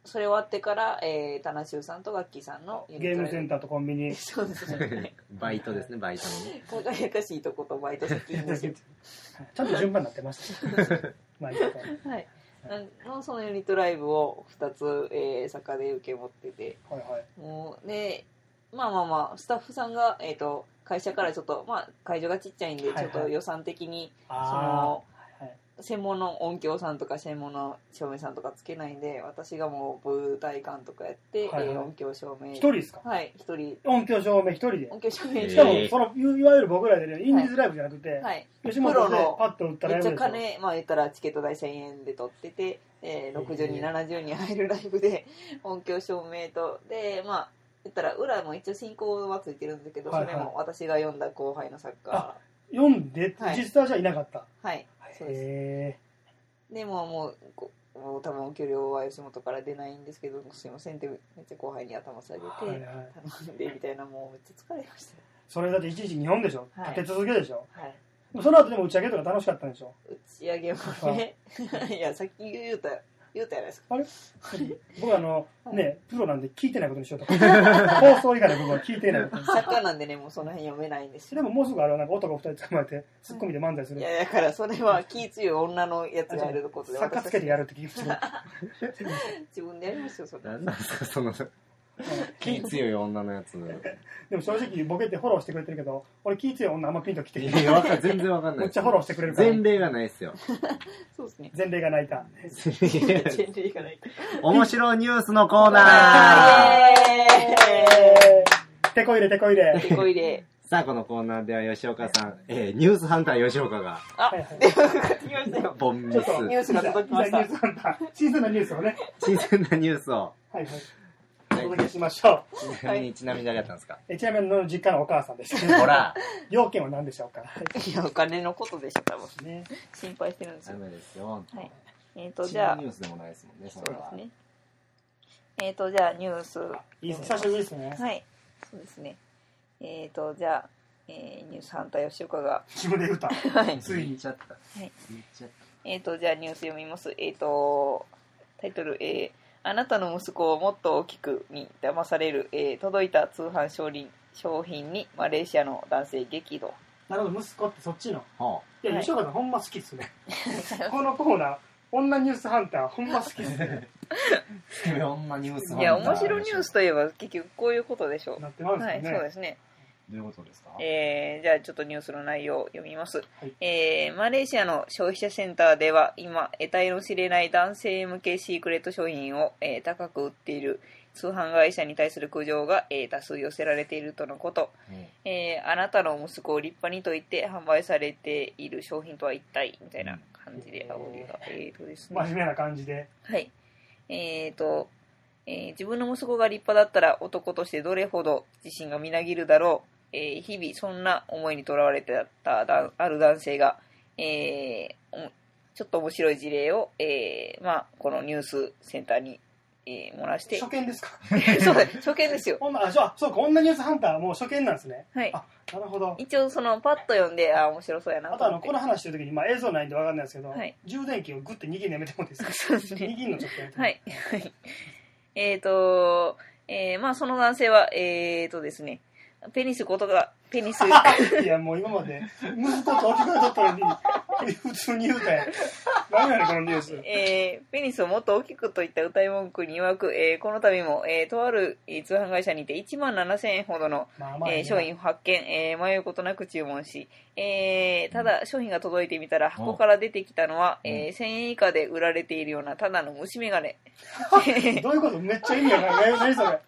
[SPEAKER 3] それ終わってから、えー、田中さんとガッキーさんのユニ
[SPEAKER 1] ゲ
[SPEAKER 3] ッ
[SPEAKER 1] ー
[SPEAKER 3] ト
[SPEAKER 1] ム
[SPEAKER 3] ライ
[SPEAKER 1] セン
[SPEAKER 3] ブ。
[SPEAKER 1] ターとコンビニ。
[SPEAKER 3] そうですね。
[SPEAKER 4] バイトですね、バイトのね。
[SPEAKER 3] 輝かしいとことバイト先にし
[SPEAKER 1] ちゃんと順番になってました。 まあいいか
[SPEAKER 3] はい、のそのユニットライブを2つ、えー、坂で受け持ってて
[SPEAKER 1] はいはい。
[SPEAKER 3] もうでまあまあまあスタッフさんが、えー、と会社からちょっと、まあ、会場がちっちゃいんで
[SPEAKER 1] はいは
[SPEAKER 3] ちょ
[SPEAKER 1] い
[SPEAKER 3] っと予算的に、
[SPEAKER 1] あ
[SPEAKER 3] その、
[SPEAKER 1] はい
[SPEAKER 3] 専門の音響さんとか専門の照明さんとかつけないんで私がもう舞台監督やって、
[SPEAKER 1] はいはい
[SPEAKER 3] えー音響照明
[SPEAKER 1] ー、一人ですか
[SPEAKER 3] はい一人
[SPEAKER 1] 音響照明一人で。
[SPEAKER 3] 音響照明
[SPEAKER 4] え
[SPEAKER 1] し
[SPEAKER 4] ー
[SPEAKER 1] かも、その、いわゆる僕らでね、インディーズライブじゃなくて、
[SPEAKER 3] はい
[SPEAKER 1] 吉本で
[SPEAKER 3] プロの
[SPEAKER 1] パッと売った
[SPEAKER 3] め
[SPEAKER 1] ライ
[SPEAKER 3] っ
[SPEAKER 1] ブ
[SPEAKER 3] ち
[SPEAKER 1] で
[SPEAKER 3] ゃ
[SPEAKER 1] すよ
[SPEAKER 3] 金、まあ、言ったらチケット代1000円で取ってて、えー60人、70人入るライブで音響照明とでまあ言ったら裏も一応進行はついてるんだけど、
[SPEAKER 1] はいはい
[SPEAKER 3] それも私が読んだ後輩の作家
[SPEAKER 1] 読んで、
[SPEAKER 3] はい
[SPEAKER 1] 実際じゃいなかった。
[SPEAKER 3] はいそうです
[SPEAKER 1] へ
[SPEAKER 3] でもうもうこもう多分お給料は吉本から出ないんですけどすいませんってめっちゃ後輩に頭下げて、
[SPEAKER 1] ーはいはい
[SPEAKER 3] 頼んでみたいなもうめっちゃ疲れまし
[SPEAKER 1] それだって一日日本でしょ、
[SPEAKER 3] はい
[SPEAKER 1] 立て続けでしょ
[SPEAKER 3] たはい
[SPEAKER 1] その後でも打ち上げとか楽しかったんでしょ
[SPEAKER 3] 打ち上げもね いやさっき言うた言うたやないですか
[SPEAKER 1] 僕あの、
[SPEAKER 3] はい
[SPEAKER 1] ねプロなんで聞いてないことにしようと か放送以外の部分は聞いてないことに
[SPEAKER 3] 作家なんでねもうその辺読めないんですよ
[SPEAKER 1] でももうすぐあれはなんか男2人捕まえてツッコミで漫才する
[SPEAKER 3] いやだからそれは気強い女のやつがやることで
[SPEAKER 1] 作家つけてやるって聞きま した
[SPEAKER 3] 自分でやりましょうそれ
[SPEAKER 4] なんなんですか、その、気強い女のやつ。
[SPEAKER 1] でも正直ボケってフォローしてくれてるけど俺気ぃ強い女あんまピンときて
[SPEAKER 4] い
[SPEAKER 1] へん
[SPEAKER 4] や、わかん全然わかんない
[SPEAKER 1] めっ
[SPEAKER 4] です。
[SPEAKER 1] ちゃフォローしてくれるから
[SPEAKER 4] 全米がないっすよ。
[SPEAKER 3] そうですね
[SPEAKER 1] 前例が泣いた
[SPEAKER 3] 全然いかない
[SPEAKER 4] 面白いニュースのコーナー
[SPEAKER 3] イ
[SPEAKER 1] えー、手こ入れ手こ入れ
[SPEAKER 3] エーイこいで
[SPEAKER 4] さあ、このコーナーでは吉岡さん、えーニュースハンター吉岡が、
[SPEAKER 3] あ
[SPEAKER 1] はいはい
[SPEAKER 3] 電話かかってきましたよ
[SPEAKER 4] ボンミ
[SPEAKER 1] ちょっと
[SPEAKER 3] ニ
[SPEAKER 4] ス、
[SPEAKER 3] ュースが届きました
[SPEAKER 1] ニュースハンター新鮮なニュースをね
[SPEAKER 4] 新鮮なニュースを、
[SPEAKER 1] はいはいお
[SPEAKER 4] はい
[SPEAKER 1] 届けしましょう
[SPEAKER 4] ちなみに、ちなみに誰やったんですか
[SPEAKER 1] えちなみにあの実家のお母さんです
[SPEAKER 4] ほら、
[SPEAKER 1] 要件は何でしょうか
[SPEAKER 3] いやお金のことでした多分
[SPEAKER 1] ね
[SPEAKER 3] 心配してるんです
[SPEAKER 4] ダ
[SPEAKER 3] よ
[SPEAKER 4] メですよ。
[SPEAKER 3] えっと
[SPEAKER 4] 新
[SPEAKER 3] じゃあ
[SPEAKER 4] ニュースでもないですもんね、そ
[SPEAKER 3] そう
[SPEAKER 4] れ
[SPEAKER 3] で
[SPEAKER 4] は
[SPEAKER 3] す。ねえっとじゃあニュース
[SPEAKER 1] いいです久しぶりですね
[SPEAKER 3] はいそうですねえっとじゃあえーニュース反対吉岡が
[SPEAKER 1] 自分で言うた
[SPEAKER 3] はい
[SPEAKER 1] つい
[SPEAKER 4] 言
[SPEAKER 1] に
[SPEAKER 4] っちゃった。
[SPEAKER 3] はい
[SPEAKER 4] 言っちゃった。
[SPEAKER 3] えっ、と、じゃあニュース読みます。えっ、と、タイトル、えーあなたの息子をもっと大きくに騙される、えー届いた通販商品商品にマレーシアの男性激怒。
[SPEAKER 1] なるほど、息子ってそっちの。
[SPEAKER 4] はい
[SPEAKER 1] や、
[SPEAKER 3] はい
[SPEAKER 1] 吉岡さん、ほんま好きっす ね。このコーナー、女ニュースハンター、ほんま好きっすね。
[SPEAKER 4] あ。いろんなニュース
[SPEAKER 3] いや、面白いニュースといえば結局こういうことでしょう。
[SPEAKER 1] なってます
[SPEAKER 3] は
[SPEAKER 1] よ
[SPEAKER 3] い、
[SPEAKER 1] ね。
[SPEAKER 3] そうですね。
[SPEAKER 4] どういうことですか
[SPEAKER 3] えーじゃあちょっとニュースの内容を読みます、
[SPEAKER 1] はい
[SPEAKER 3] えーマレーシアの消費者センターでは今得体の知れない男性向けシークレット商品を、えー高く売っている通販会社に対する苦情が、えー多数寄せられているとのこと、
[SPEAKER 4] うん
[SPEAKER 3] えーあなたの息子を立派にと言って販売されている商品とは一体みたいな感じで煽りがえーとですね
[SPEAKER 1] 真面目な感じで。
[SPEAKER 3] はい。えっ、と、えー自分の息子が立派だったら男としてどれほど自信がみなぎるだろう。えー日々そんな思いにとらわれてただある男性が、えーおちょっと面白い事例を、えーまあ、このニュースセンターに、えー漏らして
[SPEAKER 1] 初、見ですか
[SPEAKER 3] そうだ初見ですよ。
[SPEAKER 1] ほんま、あ、そうあそうか、女ニュースハンターはもう初見なんですね。
[SPEAKER 3] はい。
[SPEAKER 1] あなるほど。
[SPEAKER 3] 一応、その、パッと読んで、ああ、面白そうやな
[SPEAKER 1] あ
[SPEAKER 3] と
[SPEAKER 1] とあ
[SPEAKER 3] 思っ
[SPEAKER 1] の、
[SPEAKER 3] て。
[SPEAKER 1] この話してる時に、まあ映像ないんでわかんないですけど、
[SPEAKER 3] はい
[SPEAKER 1] 充電器をグッて握るのやめてもらっていいです
[SPEAKER 3] そうです
[SPEAKER 1] か
[SPEAKER 3] ね
[SPEAKER 1] 握るのちょっとやめてもら
[SPEAKER 3] は
[SPEAKER 1] って
[SPEAKER 3] い。はいえっ、と、えーまあ、その男性は、えっ、とですね、ペニスことが、ペニス、
[SPEAKER 1] いや、もう今まで、息子と大きくなったのに、普通に言うたやん。何やねん、このニュース。
[SPEAKER 3] えーペニスをもっと大きくといった歌い文句に曰く、えーこの度も、えーとあるえー通販会社にて1万7000円ほどの、
[SPEAKER 1] まあまあ、
[SPEAKER 3] えー商品を発見、えー迷うことなく注文し、えーただ商品が届いてみたら箱から出てきたのは、
[SPEAKER 4] うん
[SPEAKER 3] えー1000円以下で売られているようなただの虫眼鏡。
[SPEAKER 1] どういうことめっちゃ意味わかんない。何それ。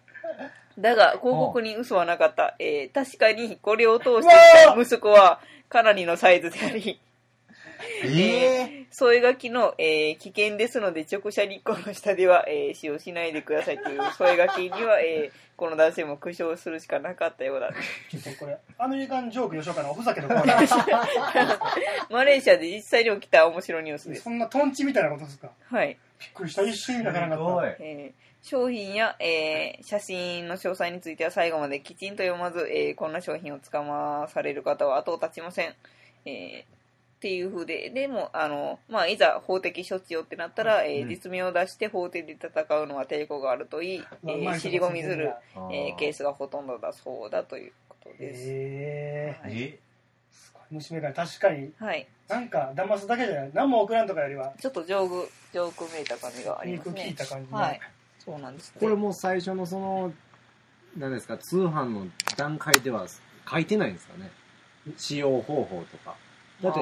[SPEAKER 3] だが、広告に嘘はなかった。えー確かにこれを通してきた息子はかなりのサイズであり、
[SPEAKER 4] え
[SPEAKER 3] 添え書きの、えー危険ですので直射日光の下では、えー使用しないでくださいという添え書きには、えーこの男性も苦笑するしかなかったようだ。
[SPEAKER 1] ちょっとこれ、アメリカンジョーク吉岡のおふざけのコーナ ー。
[SPEAKER 3] マレーシアで実際に起きた面白いニュースです。
[SPEAKER 1] そんなトンチみたいなことですか
[SPEAKER 3] はい。
[SPEAKER 1] びっくりした。一瞬意味わからな
[SPEAKER 4] す
[SPEAKER 1] か
[SPEAKER 4] ご
[SPEAKER 1] っ
[SPEAKER 4] い。
[SPEAKER 3] えー商品や、えー写真の詳細については最後まできちんと読まず、えーこんな商品をつかまされる方は後を絶ちません。えーっていう風で、でも、あの、まあ、いざ法的処置をってなったら、えー
[SPEAKER 4] うん
[SPEAKER 3] 実名を出して法廷で戦うのは抵抗があるといい、え
[SPEAKER 1] た。
[SPEAKER 3] ー尻込みする、えーケー
[SPEAKER 4] ス。
[SPEAKER 3] スがほとんどだそうだということです。
[SPEAKER 1] えー
[SPEAKER 3] はい
[SPEAKER 4] え
[SPEAKER 1] すごい娘が確かに、
[SPEAKER 3] はい。
[SPEAKER 1] なんか騙すだけじゃない。何も送らんとかよりは、
[SPEAKER 3] ちょっと上空、上空めいた感じがあります
[SPEAKER 1] 肉
[SPEAKER 3] ね。
[SPEAKER 1] 聞いた感じ
[SPEAKER 3] はい
[SPEAKER 1] ね。。
[SPEAKER 3] そうなんです、ね。
[SPEAKER 4] これもう最初のその、何ですか、通販の段階では書いてないんですかね。使用方法とか。だって、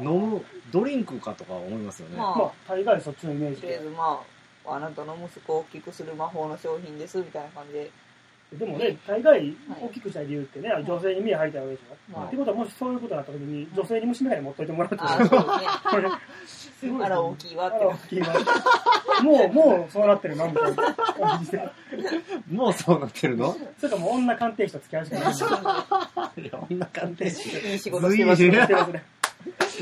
[SPEAKER 4] 飲む、ドリンクかとか思いますよね。
[SPEAKER 3] まあ
[SPEAKER 1] まあ、大概そっちのイメージ
[SPEAKER 3] とりあえ
[SPEAKER 1] で。
[SPEAKER 3] ずまああなたの息子を大きくする魔法の商品ですみたいな感じで、
[SPEAKER 1] でもね、大概大きくした理由ってね、
[SPEAKER 3] い
[SPEAKER 1] 女性に目が入ってるわけでしょ。
[SPEAKER 3] まあ
[SPEAKER 1] ってことは、もしそういうことになった時に、女性に虫眼鏡持っといてもらうってこと
[SPEAKER 3] あ
[SPEAKER 1] で
[SPEAKER 3] あ
[SPEAKER 1] し
[SPEAKER 3] そ
[SPEAKER 1] ょ。
[SPEAKER 3] う
[SPEAKER 1] これ、す
[SPEAKER 3] で
[SPEAKER 1] ごいです
[SPEAKER 3] す
[SPEAKER 1] ね。
[SPEAKER 3] ねあら大きいわって
[SPEAKER 1] あら大きいわもう、もうそうなってるな、みたいな感じで。
[SPEAKER 4] もうそうなってる の
[SPEAKER 1] それかもう女鑑定士と付き合うしかない。
[SPEAKER 4] いや、女鑑定士。
[SPEAKER 3] いい仕事してます
[SPEAKER 4] ずい
[SPEAKER 3] ね
[SPEAKER 4] ぶん
[SPEAKER 1] い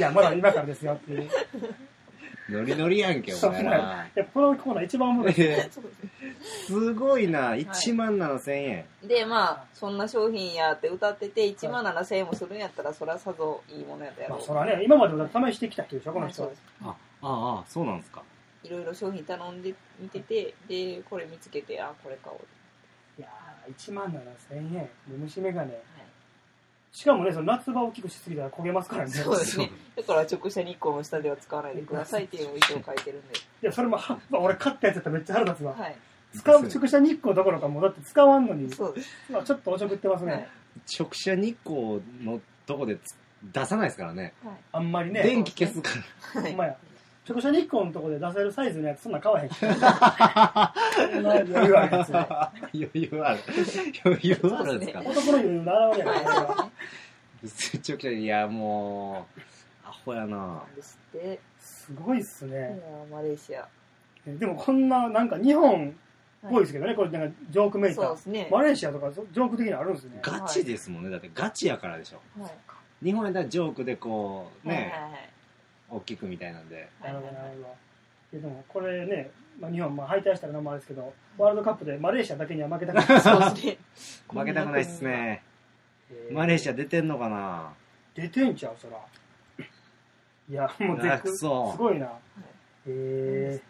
[SPEAKER 1] や、まだ今からですよっていう。
[SPEAKER 4] ノリノリやんけ、お前ら。
[SPEAKER 1] やっぱこのコーナー一番おもろい。
[SPEAKER 4] すごいな、1万7千円。
[SPEAKER 3] でまあそんな商品やって歌ってて1万7000円もするんやったらそらさぞいいものやったやろ
[SPEAKER 1] まあ、
[SPEAKER 3] う
[SPEAKER 1] そらね、今まで俺試してきた人でしょ、こ
[SPEAKER 3] ま
[SPEAKER 1] の
[SPEAKER 3] あそ
[SPEAKER 1] 人
[SPEAKER 3] うで。す
[SPEAKER 4] あ、ああ、そうなんですか。
[SPEAKER 3] いろいろ商品頼んで見ててでこれ見つけてあこれ買おう、
[SPEAKER 1] いやー、1万7000円。で虫眼鏡。
[SPEAKER 3] はい
[SPEAKER 1] しかもね、その夏場大きくしすぎたら焦げますからね。
[SPEAKER 3] そうですねだから直射日光の下では使わないでくださいっていうのを一応書いてるんで、
[SPEAKER 1] いや、それも、はまあ俺買ったやつだったらめっちゃ腹立つわ。
[SPEAKER 3] はい、
[SPEAKER 1] 使う、直射日光どころかもうだって使わんのに、
[SPEAKER 3] そうです、
[SPEAKER 1] まあちょっとおちょくってます
[SPEAKER 3] はい
[SPEAKER 1] ね。
[SPEAKER 4] 直射日光のとこでつ出さないですからね。
[SPEAKER 3] はい
[SPEAKER 1] あんまりね。
[SPEAKER 4] 電気消すから。
[SPEAKER 1] ほんまや。直射日光のとこで出せるサイズのやつそんな買わへん し。そんな余裕あるやつ。
[SPEAKER 4] 余裕ある。余裕あるんですか。
[SPEAKER 1] 男の余裕の表れやから、それは
[SPEAKER 3] は
[SPEAKER 4] 直射、いや、もう、アホやな。
[SPEAKER 3] い、ですって
[SPEAKER 1] すごいっす
[SPEAKER 3] いや
[SPEAKER 1] ね。
[SPEAKER 3] ーマレーシア
[SPEAKER 1] でもこんな、なんか日本っぽいですけどね、これなんかジョークメーカ
[SPEAKER 3] そう
[SPEAKER 1] ー
[SPEAKER 3] で。すね、
[SPEAKER 1] マレーシアとかそジョーク的にあるんですね。
[SPEAKER 4] ガチですもんね。だってガチやからでしょ。
[SPEAKER 3] はい
[SPEAKER 4] 日本やったらジョークでこう、
[SPEAKER 3] は
[SPEAKER 4] ね、
[SPEAKER 3] いはいはい
[SPEAKER 4] 大きくみたいなんで。
[SPEAKER 1] なるほど、なるほど。いやでもこれね、まあ、日本まあ敗退したら何もあれですけど、ワールドカップでマレーシアだけには負けたくない。
[SPEAKER 3] そうですね。
[SPEAKER 4] 負けたくないっすね。マレーシア出てんのかな
[SPEAKER 1] 出てんちゃう、そら。いや、もう
[SPEAKER 4] あ
[SPEAKER 1] 絶句。
[SPEAKER 4] く
[SPEAKER 1] す
[SPEAKER 4] そ
[SPEAKER 1] ごいな。え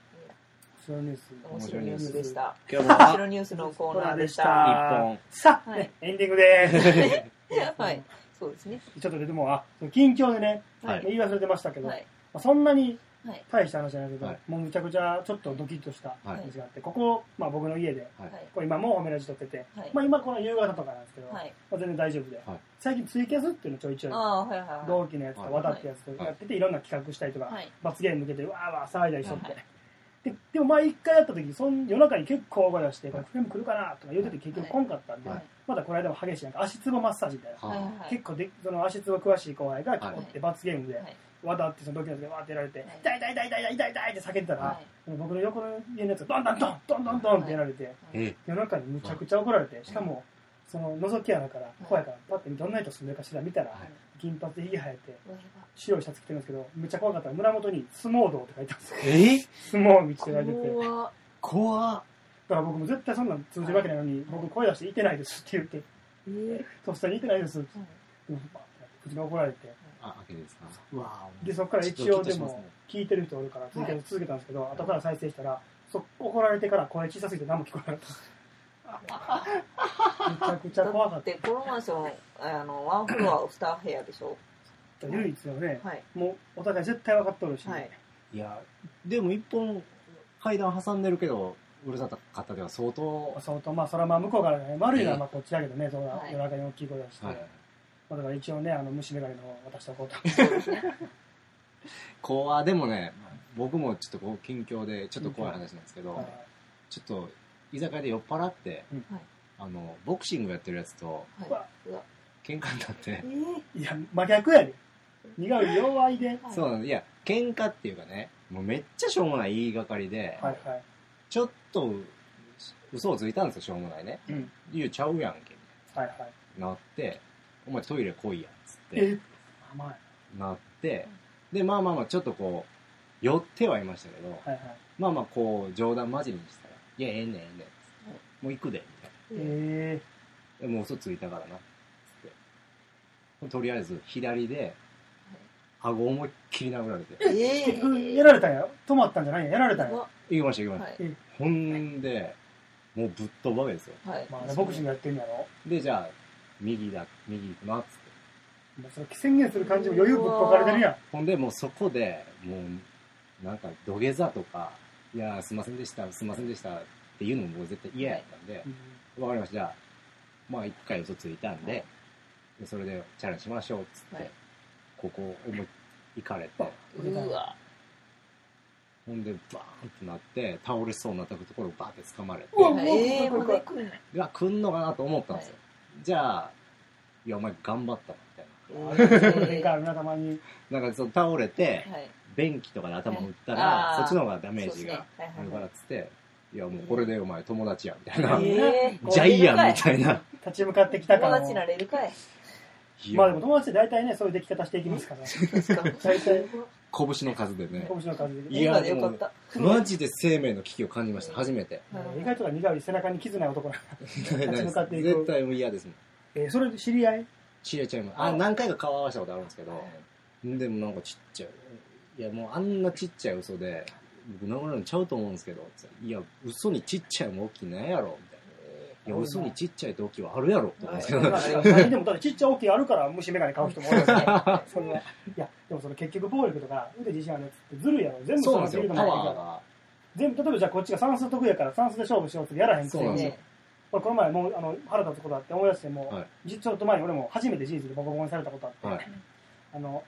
[SPEAKER 1] ー、面白いニュース。
[SPEAKER 3] 面白いニュースでした。
[SPEAKER 4] 今日も
[SPEAKER 3] 面
[SPEAKER 4] あ
[SPEAKER 3] 白いニュースのコーナーでし
[SPEAKER 1] コー
[SPEAKER 3] た。
[SPEAKER 1] ナ
[SPEAKER 4] 一本
[SPEAKER 1] さあ、
[SPEAKER 3] はい
[SPEAKER 1] ねエンディングで
[SPEAKER 3] はい。そうですね。
[SPEAKER 1] す。ちょっとででも、あ、近況でね、
[SPEAKER 4] はい
[SPEAKER 1] 言い忘れてましたけど、
[SPEAKER 3] はい。
[SPEAKER 1] まあ、そんなに
[SPEAKER 3] はい
[SPEAKER 1] 大した話じゃないけど、
[SPEAKER 4] はい
[SPEAKER 1] もうむちゃくちゃちょっとドキッとした
[SPEAKER 4] はい
[SPEAKER 1] 話があって、ここ、まあ僕の家で、
[SPEAKER 3] はい。
[SPEAKER 1] これ今もうおめラジ撮ってて、
[SPEAKER 3] はい。
[SPEAKER 1] まあ今この夕方とかなんですけど、
[SPEAKER 3] はい。
[SPEAKER 1] まあ全然大丈夫で、
[SPEAKER 4] はい
[SPEAKER 1] 最近ツイキャスっていうのちょいちょい
[SPEAKER 3] あ、あ、はいはいは
[SPEAKER 1] 同期のやつと渡ってやつとやってて、いろんな企画したりとか、
[SPEAKER 3] い。はい。
[SPEAKER 1] 罰ゲーム受けて、わーわー騒いだりしとって。
[SPEAKER 3] はいは
[SPEAKER 1] ででも前一回やった時そん夜中に結構大声出して、これフレーム来るかなとか言うてて結局来んかったんで、
[SPEAKER 4] はい
[SPEAKER 1] まだこの間も激しいなんか足つぼマッサージみたいな、
[SPEAKER 4] は
[SPEAKER 3] はい
[SPEAKER 4] い
[SPEAKER 1] 結構でその足つぼ詳しい後輩が
[SPEAKER 4] はい
[SPEAKER 1] おって罰ゲームで、
[SPEAKER 3] はい
[SPEAKER 1] わだってその同期のやつがわーってやられて、
[SPEAKER 3] はい
[SPEAKER 1] 痛い痛い痛い痛い痛い痛いって叫んでたら、
[SPEAKER 3] は
[SPEAKER 1] 僕の横の家のやつがドンドンドンドンドンドンってやられて、
[SPEAKER 3] い。
[SPEAKER 4] え
[SPEAKER 1] 夜中にむちゃくちゃ怒られて、しかもその覗き穴から怖いからパッてどんな人住んでるか知らん見たら、
[SPEAKER 4] はい
[SPEAKER 1] 銀髪でひげ生えて
[SPEAKER 3] うわや
[SPEAKER 1] 白いシャツ着てるんですけどめっちゃ怖かったら胸元に「相撲道」って書いてあるんですよ
[SPEAKER 4] え
[SPEAKER 1] 相撲道って書い
[SPEAKER 3] ば
[SPEAKER 1] ててだ
[SPEAKER 3] 怖っ
[SPEAKER 4] 怖っ
[SPEAKER 1] から僕も絶対そんなん通じるわけないのに、僕声出して「いてないです」って言って
[SPEAKER 3] えー
[SPEAKER 1] 「とっさにいてないです」って
[SPEAKER 3] はい
[SPEAKER 1] 言って口が怒られて
[SPEAKER 4] あ開けですかわあ
[SPEAKER 1] でそこから一応で
[SPEAKER 4] ちょっとドキッとします
[SPEAKER 1] も
[SPEAKER 4] ね
[SPEAKER 1] 聞いてる人おるから続け,、
[SPEAKER 3] はい
[SPEAKER 1] 続けたんですけど後から再生したらそ怒られてから声小さすぎて何も聞こえなかっためちゃくちゃ怖か
[SPEAKER 3] だ
[SPEAKER 1] っ
[SPEAKER 3] ってこのマンションあのワンフロア2部屋でしょ
[SPEAKER 1] た唯一のね
[SPEAKER 3] はい
[SPEAKER 1] もうお互い絶対分かっとるし、
[SPEAKER 3] はい
[SPEAKER 4] いやでも一本階段挟んでるけどうるさかったでは相当
[SPEAKER 1] 相当まあそれはまあ向こうからね悪いのはまあこっちだけどね、そんな
[SPEAKER 3] はい
[SPEAKER 1] 夜中に大きい声出して、
[SPEAKER 4] はい
[SPEAKER 1] まあ、だから一応ねあの虫眼鏡の方を渡しておこうと
[SPEAKER 4] 怖でもね僕もちょっとこう近況でちょっと怖い話なんですけど、
[SPEAKER 1] はい
[SPEAKER 4] ちょっと居酒屋で酔っ払って、
[SPEAKER 1] うん
[SPEAKER 3] はい
[SPEAKER 4] あのボクシングやってるやつと
[SPEAKER 3] はいう
[SPEAKER 1] わ
[SPEAKER 3] うわ
[SPEAKER 4] 喧嘩になって
[SPEAKER 3] え、ー
[SPEAKER 1] いや真逆やで苦い弱いで
[SPEAKER 3] はい
[SPEAKER 4] そうなんいや喧嘩っていうかねもうめっちゃしょうもない言いがかりで、
[SPEAKER 1] はいはい
[SPEAKER 4] ちょっと嘘をついたんですよしょうもないね
[SPEAKER 1] うん
[SPEAKER 4] 言うちゃうやんけ
[SPEAKER 1] はいはい
[SPEAKER 4] なってお前トイレ来いやんつって
[SPEAKER 1] え甘い
[SPEAKER 4] なってでまあまあまあちょっとこう寄ってはいましたけど
[SPEAKER 1] はいはい
[SPEAKER 4] まあまあこう冗談交じりにしたら「いやええねんええねんつって」もう行くで」みたいな。
[SPEAKER 3] え
[SPEAKER 1] え
[SPEAKER 4] でもう嘘ついたからな。つって。とりあえず、左で、顎思いっきり殴られて。
[SPEAKER 3] ー
[SPEAKER 1] ー、
[SPEAKER 3] え
[SPEAKER 1] 結局
[SPEAKER 3] ー
[SPEAKER 1] やられたんや止まったんじゃないんややられたん
[SPEAKER 3] う
[SPEAKER 1] や
[SPEAKER 3] わ
[SPEAKER 4] 行きました、行きま
[SPEAKER 3] は
[SPEAKER 4] し
[SPEAKER 3] い
[SPEAKER 4] た。ほんで、もうぶっ飛ぶわけですよ。
[SPEAKER 3] はい
[SPEAKER 1] まあ、ね、ボクシングやってんやろ
[SPEAKER 4] で、じゃあ、右だ、右行くな、つって。
[SPEAKER 1] もうそれ宣言する感じも余裕ぶっこかれてるやん
[SPEAKER 4] ほんで、もうそこで、もう、なんか土下座とか、いやー、すいませんでした、すいませんでしたっていうのももう絶対嫌やったんで、わかりました。じゃあ、まあ一回嘘ついたんで、でそれでチャレンジしましょう、つって、
[SPEAKER 3] はい
[SPEAKER 4] ここ思い、行かれて、
[SPEAKER 3] うわ
[SPEAKER 4] ほんで、バーンってなって、倒れそうになったところをバーって掴まれて、
[SPEAKER 1] うわ
[SPEAKER 3] はいえーまだ行くんや
[SPEAKER 4] うわ、来んのかなと思ったんですよ。じゃあ、いや、お前頑張ったな、みたい
[SPEAKER 3] え
[SPEAKER 1] あ
[SPEAKER 3] ー
[SPEAKER 1] れ喧嘩あるなたまに
[SPEAKER 4] な。なんか、その倒れて、
[SPEAKER 3] はい
[SPEAKER 4] 便器とかで頭打った
[SPEAKER 3] はいあ
[SPEAKER 4] ら、
[SPEAKER 3] ー
[SPEAKER 4] そっちの方がダメー
[SPEAKER 3] そうです
[SPEAKER 4] ジ
[SPEAKER 3] ね
[SPEAKER 4] が
[SPEAKER 3] はい
[SPEAKER 4] あ
[SPEAKER 3] はい
[SPEAKER 4] る
[SPEAKER 3] は
[SPEAKER 4] から
[SPEAKER 3] い
[SPEAKER 4] っつって、いや、もうこれでお前友達や、みたいな。
[SPEAKER 1] え
[SPEAKER 4] ジ
[SPEAKER 3] えー
[SPEAKER 4] ャイアンみたいな。
[SPEAKER 1] 立ち向かってきた
[SPEAKER 3] 友
[SPEAKER 1] から
[SPEAKER 3] 達になれるかい
[SPEAKER 4] いや
[SPEAKER 1] まあでも友達って大体ねそういう出来方していきますから
[SPEAKER 3] 確かに
[SPEAKER 1] 大体
[SPEAKER 4] 拳の数でね。
[SPEAKER 1] 拳の感じで
[SPEAKER 4] いや
[SPEAKER 3] 今でよかった
[SPEAKER 4] マジで生命の危機を感じました、初めて。
[SPEAKER 3] なるほど
[SPEAKER 1] 意外とか苦い背中に傷ない男な向かっていく
[SPEAKER 4] 絶対もう嫌ですもん。
[SPEAKER 1] えーそれで知り合い
[SPEAKER 4] 知れちゃいます。あ、何回か顔合わせたことあるんですけど、でもなんかちっちゃい。いや、もうあんなちっちゃい嘘で、僕殴られるのちゃうと思うんですけど、つっていや、嘘にちっちゃいも大きいなんやろ、みたいな。いや、嘘にちっちゃいと大きいはあるやろ、と思うん ですけど。
[SPEAKER 1] でもだってちっちゃい大きいあるから虫眼鏡買う人も多いですねそれはいやでもその結局暴力とか腕自信あるやつってずるいやろ全部
[SPEAKER 4] そう
[SPEAKER 1] そ
[SPEAKER 4] な
[SPEAKER 1] の
[SPEAKER 4] んです
[SPEAKER 1] ビ
[SPEAKER 4] よ、
[SPEAKER 1] ルド
[SPEAKER 4] パ
[SPEAKER 1] もいい
[SPEAKER 4] ワ
[SPEAKER 1] から
[SPEAKER 4] ーが。
[SPEAKER 1] 全部例えばじゃあこっちが算数得意やから算数で勝負しようってやらへんくせ
[SPEAKER 4] そうなん
[SPEAKER 1] に
[SPEAKER 4] ですよ
[SPEAKER 1] ね俺この前もうあの腹立つことあって思い出しても
[SPEAKER 4] はいう
[SPEAKER 1] ちょっと前に俺も初めて人生でボコボコにされたことあって、
[SPEAKER 4] はい。
[SPEAKER 1] あの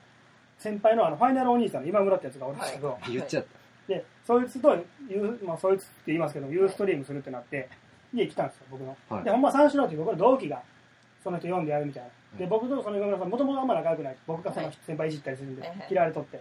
[SPEAKER 1] 先輩のあのファイナルお兄さんの今村ってやつがおるんですけど、
[SPEAKER 4] 言っちゃっ
[SPEAKER 1] で、そいつとユー、まあ、そいつって言いますけど、ユーストリームするってなって、家来たんですよ、僕の。
[SPEAKER 4] はい
[SPEAKER 1] で、ほんま三四郎っていう僕の同期が、その人読んでやるみたいな。で、
[SPEAKER 4] はい
[SPEAKER 1] 僕とその今村さん、もともとあんま仲良くない。僕がその
[SPEAKER 3] はい
[SPEAKER 1] 先輩いじったりするんで、
[SPEAKER 3] はいはい
[SPEAKER 1] 嫌われとって。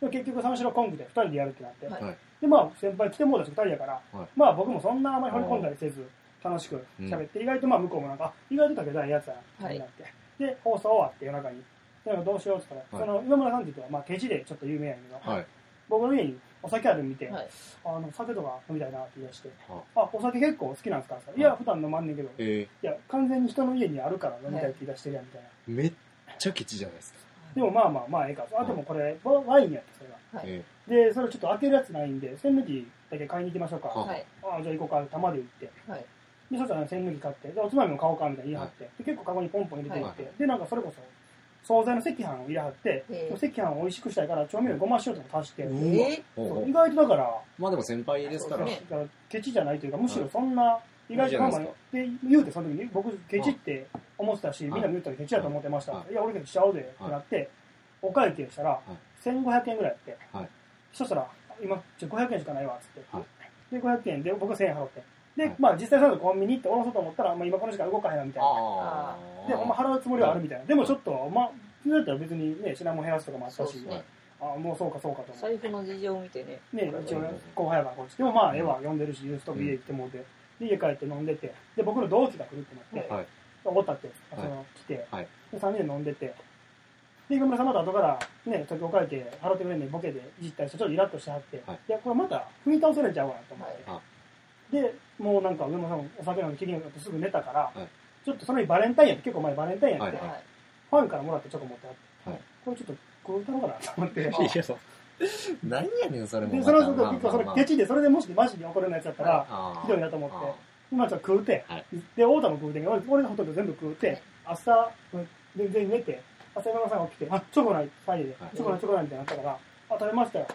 [SPEAKER 1] でも結局三四郎コンビで二人でやるってなって。
[SPEAKER 3] はい
[SPEAKER 4] た。はい。
[SPEAKER 1] で、まあ、先輩来てもうだし二人やから、
[SPEAKER 4] はい
[SPEAKER 1] まあ僕もそんなあまり掘り込んだりせず、楽しく喋って、意外とまあ向こうもなんか、あ意外と武田いいやつやな、
[SPEAKER 3] はい
[SPEAKER 1] になって。で、放送終わって夜中に。でなんかどうしようって言ったら、
[SPEAKER 4] はい
[SPEAKER 1] その今村さんって言うと、まあ、ケチでちょっと有名やけど、
[SPEAKER 4] はい。
[SPEAKER 1] 僕の家にお酒あるの見て、
[SPEAKER 3] はい
[SPEAKER 1] あの酒とか飲みたいなって言い出して、
[SPEAKER 4] あ
[SPEAKER 1] あ、お酒結構好きなんですかって言ったらいや、普段飲まんねんけど、い
[SPEAKER 4] え
[SPEAKER 1] や、完全に人の家にあるから飲みたいって言い出してるやんみたいな。
[SPEAKER 4] ーめっちゃケチじゃないですか。
[SPEAKER 1] でもまあまあまあええか。あ、でもこれ、ワワインやった、それが。
[SPEAKER 3] はい
[SPEAKER 4] え
[SPEAKER 1] で、それちょっと当てるやつないんで、栓抜きだけ買いに行きましょうか。
[SPEAKER 4] は
[SPEAKER 3] はい。
[SPEAKER 1] ああ、じゃあ行こうか、玉で行って。
[SPEAKER 3] はい。
[SPEAKER 1] で、そしたら栓抜き買って、で、おつまみも買おうかみたいに言い張って、で、結構カゴにポンポン入れていって、
[SPEAKER 4] はい
[SPEAKER 1] で、なんかそれこそ、惣菜の赤飯を入れはって、
[SPEAKER 3] ええ
[SPEAKER 1] 赤飯を美味しくしたいから、調味料ごま塩とか足して、
[SPEAKER 4] うわ
[SPEAKER 3] え
[SPEAKER 4] ほう
[SPEAKER 1] そ
[SPEAKER 4] ほ
[SPEAKER 1] う
[SPEAKER 4] う
[SPEAKER 1] 意外とだから、
[SPEAKER 4] まあでも先輩ですから。
[SPEAKER 3] そうです
[SPEAKER 1] だからケチじゃないというか、むしろそんな、意
[SPEAKER 4] は
[SPEAKER 1] 外
[SPEAKER 4] い
[SPEAKER 1] とまあまあ
[SPEAKER 4] いい
[SPEAKER 1] で言うて、その時に、僕、ケチって思ってたし、みん
[SPEAKER 4] い
[SPEAKER 1] なも言ったらケチだと思ってました。、
[SPEAKER 4] はい
[SPEAKER 1] や、俺ケチしちゃおうぜってなって、お会計したら、1500円ぐらいやって、
[SPEAKER 4] はい
[SPEAKER 1] そしたら、今、ちょ500円しかないわ、つって。
[SPEAKER 4] は
[SPEAKER 1] で、500円で、僕は1000円払って。で、
[SPEAKER 4] はい
[SPEAKER 1] まあ、実際そのコンビニ行って下ろそうと思ったら、まあ、今この時間動かへんな、みたいな。
[SPEAKER 4] ああ。
[SPEAKER 1] で、ほんま払うつもりはあるみたいな。でもちょっと、まあ、それだったら別にね、品物減らすとかもあった
[SPEAKER 3] そう
[SPEAKER 1] し、
[SPEAKER 3] そう
[SPEAKER 1] ああ、もうそうかそうかと思って。
[SPEAKER 3] 財布の事情を見てね。
[SPEAKER 1] ね、一応ね、後輩やからこっち。でもまあ、絵は読んでるし、ユーストビール来てもうて、で、家帰って飲んでて、で、僕の同期が来るってなって、
[SPEAKER 4] はい
[SPEAKER 1] おごったって、その、来て、
[SPEAKER 4] はい
[SPEAKER 1] で、3人で飲んでて、で、今村さんまた後から、ね、時を変えて、払ってくれんねんボケでいじったりして、ちょっとイラッとしてはって、
[SPEAKER 4] はい
[SPEAKER 1] い、や、これまた踏み倒されちゃうわなと思って、
[SPEAKER 4] は
[SPEAKER 1] で、もうなんか上村さんもお酒なんか気になってすぐ寝たから、
[SPEAKER 4] い
[SPEAKER 1] ちょっとその日バレンタインやって、結構前バレンタインやって、
[SPEAKER 4] はい
[SPEAKER 3] はい。
[SPEAKER 1] ファンからもらったチョコ持ってはって、
[SPEAKER 4] はい
[SPEAKER 1] これちょっと、これ歌おうかなと思って、
[SPEAKER 4] いや、そう。何やねん、それも。
[SPEAKER 1] で、それはちょっと
[SPEAKER 4] まあ
[SPEAKER 1] 結構それ
[SPEAKER 4] まあ
[SPEAKER 1] ケチで、それでもしマジで怒れないやつだったら、
[SPEAKER 4] あ
[SPEAKER 1] ひどいなと思って、今ちょっと食うて、
[SPEAKER 4] はい
[SPEAKER 1] で、太田も食うてんけど、俺俺がほとんど全部食うて、明日、うん全然寝て、朝山さんが起きて、あ、チョコない、サイで、
[SPEAKER 4] はい
[SPEAKER 1] チョコない、チョコないみたいになったから、あ、食べましたよ。って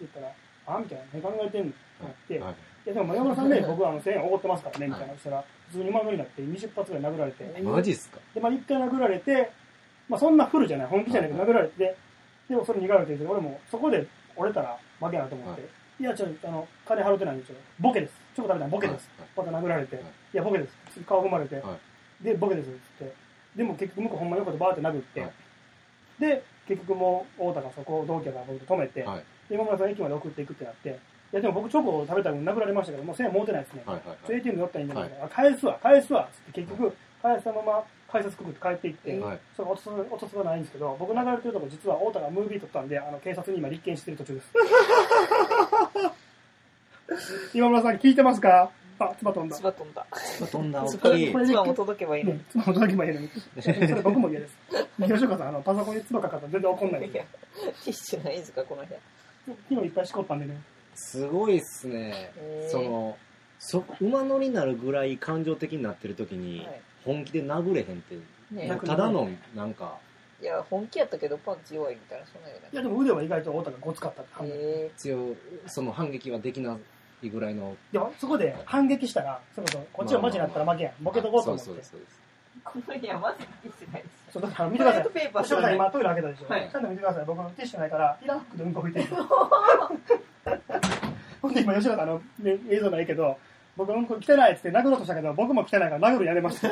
[SPEAKER 1] 言ったら、あ、みたいな、何考えてんのってなって、い、
[SPEAKER 4] はい
[SPEAKER 1] や、でも山村さんね、僕はあの1000円おごってますからね、みたいな、そしたら、普通に馬乗りになって20発ぐらい殴られて、
[SPEAKER 4] はいマジっすか
[SPEAKER 1] で、まあ一回殴られて、まあそんなフルじゃない、本気じゃないけど殴られて、でもそれ逃がれてるけど、俺もそこで折れたら負けやなと思って、、
[SPEAKER 4] はい
[SPEAKER 1] や、ちょっとあの、金払ってないんですよ。ボケです。チョコ食べたらボケです。
[SPEAKER 4] はい
[SPEAKER 1] また殴られて、
[SPEAKER 4] はいい、
[SPEAKER 1] や、ボケです。顔踏まれて、
[SPEAKER 4] は
[SPEAKER 1] で、ボケですって言って。でも結局、向こうほんまに横でバーって殴って、
[SPEAKER 4] はい
[SPEAKER 1] で、結局もう、太田がそこを同期が僕止めて、
[SPEAKER 4] はい
[SPEAKER 1] で今村さん駅まで送っていくってなって、いや、でも僕チョコを食べた分殴られましたけど、もう1000円持てないですね。
[SPEAKER 4] はいはい
[SPEAKER 1] ATM で寄ったらいいんだけど、あ返すわ、返すわっつって結局、返したまま改札くぐって帰っていって、
[SPEAKER 4] はい。
[SPEAKER 1] それ落とす、落とすはないんですけど、僕流れてるとこ実は太田がムービー撮ったんで、あの、警察に今立件してる途中です。今村さん聞いてますかあ、唾飛んだ
[SPEAKER 3] つ。ば飛んだ。
[SPEAKER 4] まあ飛んだお
[SPEAKER 3] つ
[SPEAKER 4] っぱ
[SPEAKER 3] ば
[SPEAKER 1] れ
[SPEAKER 4] り
[SPEAKER 1] こ、れ
[SPEAKER 3] つばも届けばいいの
[SPEAKER 1] ね
[SPEAKER 3] に。
[SPEAKER 1] 唾も届けばいいのに。それ僕も嫌です。吉岡さん、あの、パソコンに唾かかったら全然怒んないです
[SPEAKER 3] いや、ティッシュないんですか、この部屋。
[SPEAKER 1] 昨日いっぱいしこったんでね。
[SPEAKER 4] すごいっすね
[SPEAKER 3] へー。
[SPEAKER 4] その、そ、馬乗りになるぐらい感情的になってる時に
[SPEAKER 3] はい、
[SPEAKER 4] 本気で殴れへんって、
[SPEAKER 3] ね
[SPEAKER 4] もうただの、なんか、
[SPEAKER 3] いや、本気やったけど、パンチ弱いみたいな、そんなようない
[SPEAKER 1] や、でも腕は意外と太田がごつかったって判断。い
[SPEAKER 3] え
[SPEAKER 4] 強い、その反撃はできないぐらいの、
[SPEAKER 1] や、そこで反撃したら、それこそ、こっちがマジになったら負けやん。ボケとこうと思って。
[SPEAKER 4] そ
[SPEAKER 1] そうう
[SPEAKER 4] です、そうです。
[SPEAKER 3] ーこの部屋、まずティッシュないです。
[SPEAKER 1] だから見て
[SPEAKER 3] ト
[SPEAKER 1] くだ
[SPEAKER 3] イレッ
[SPEAKER 1] さい
[SPEAKER 3] ト。ペーパー
[SPEAKER 1] 吉岡さん
[SPEAKER 3] い。
[SPEAKER 1] 今トイレ開けたでしょ、
[SPEAKER 3] はい
[SPEAKER 1] ちゃんと見てください僕のティッシュないからいらん服でうんこ拭いて るほんで今吉岡さんあの、ね、映像ないけど僕うんこ汚いっつって殴ろうとしたけど僕も汚いから殴るやめま した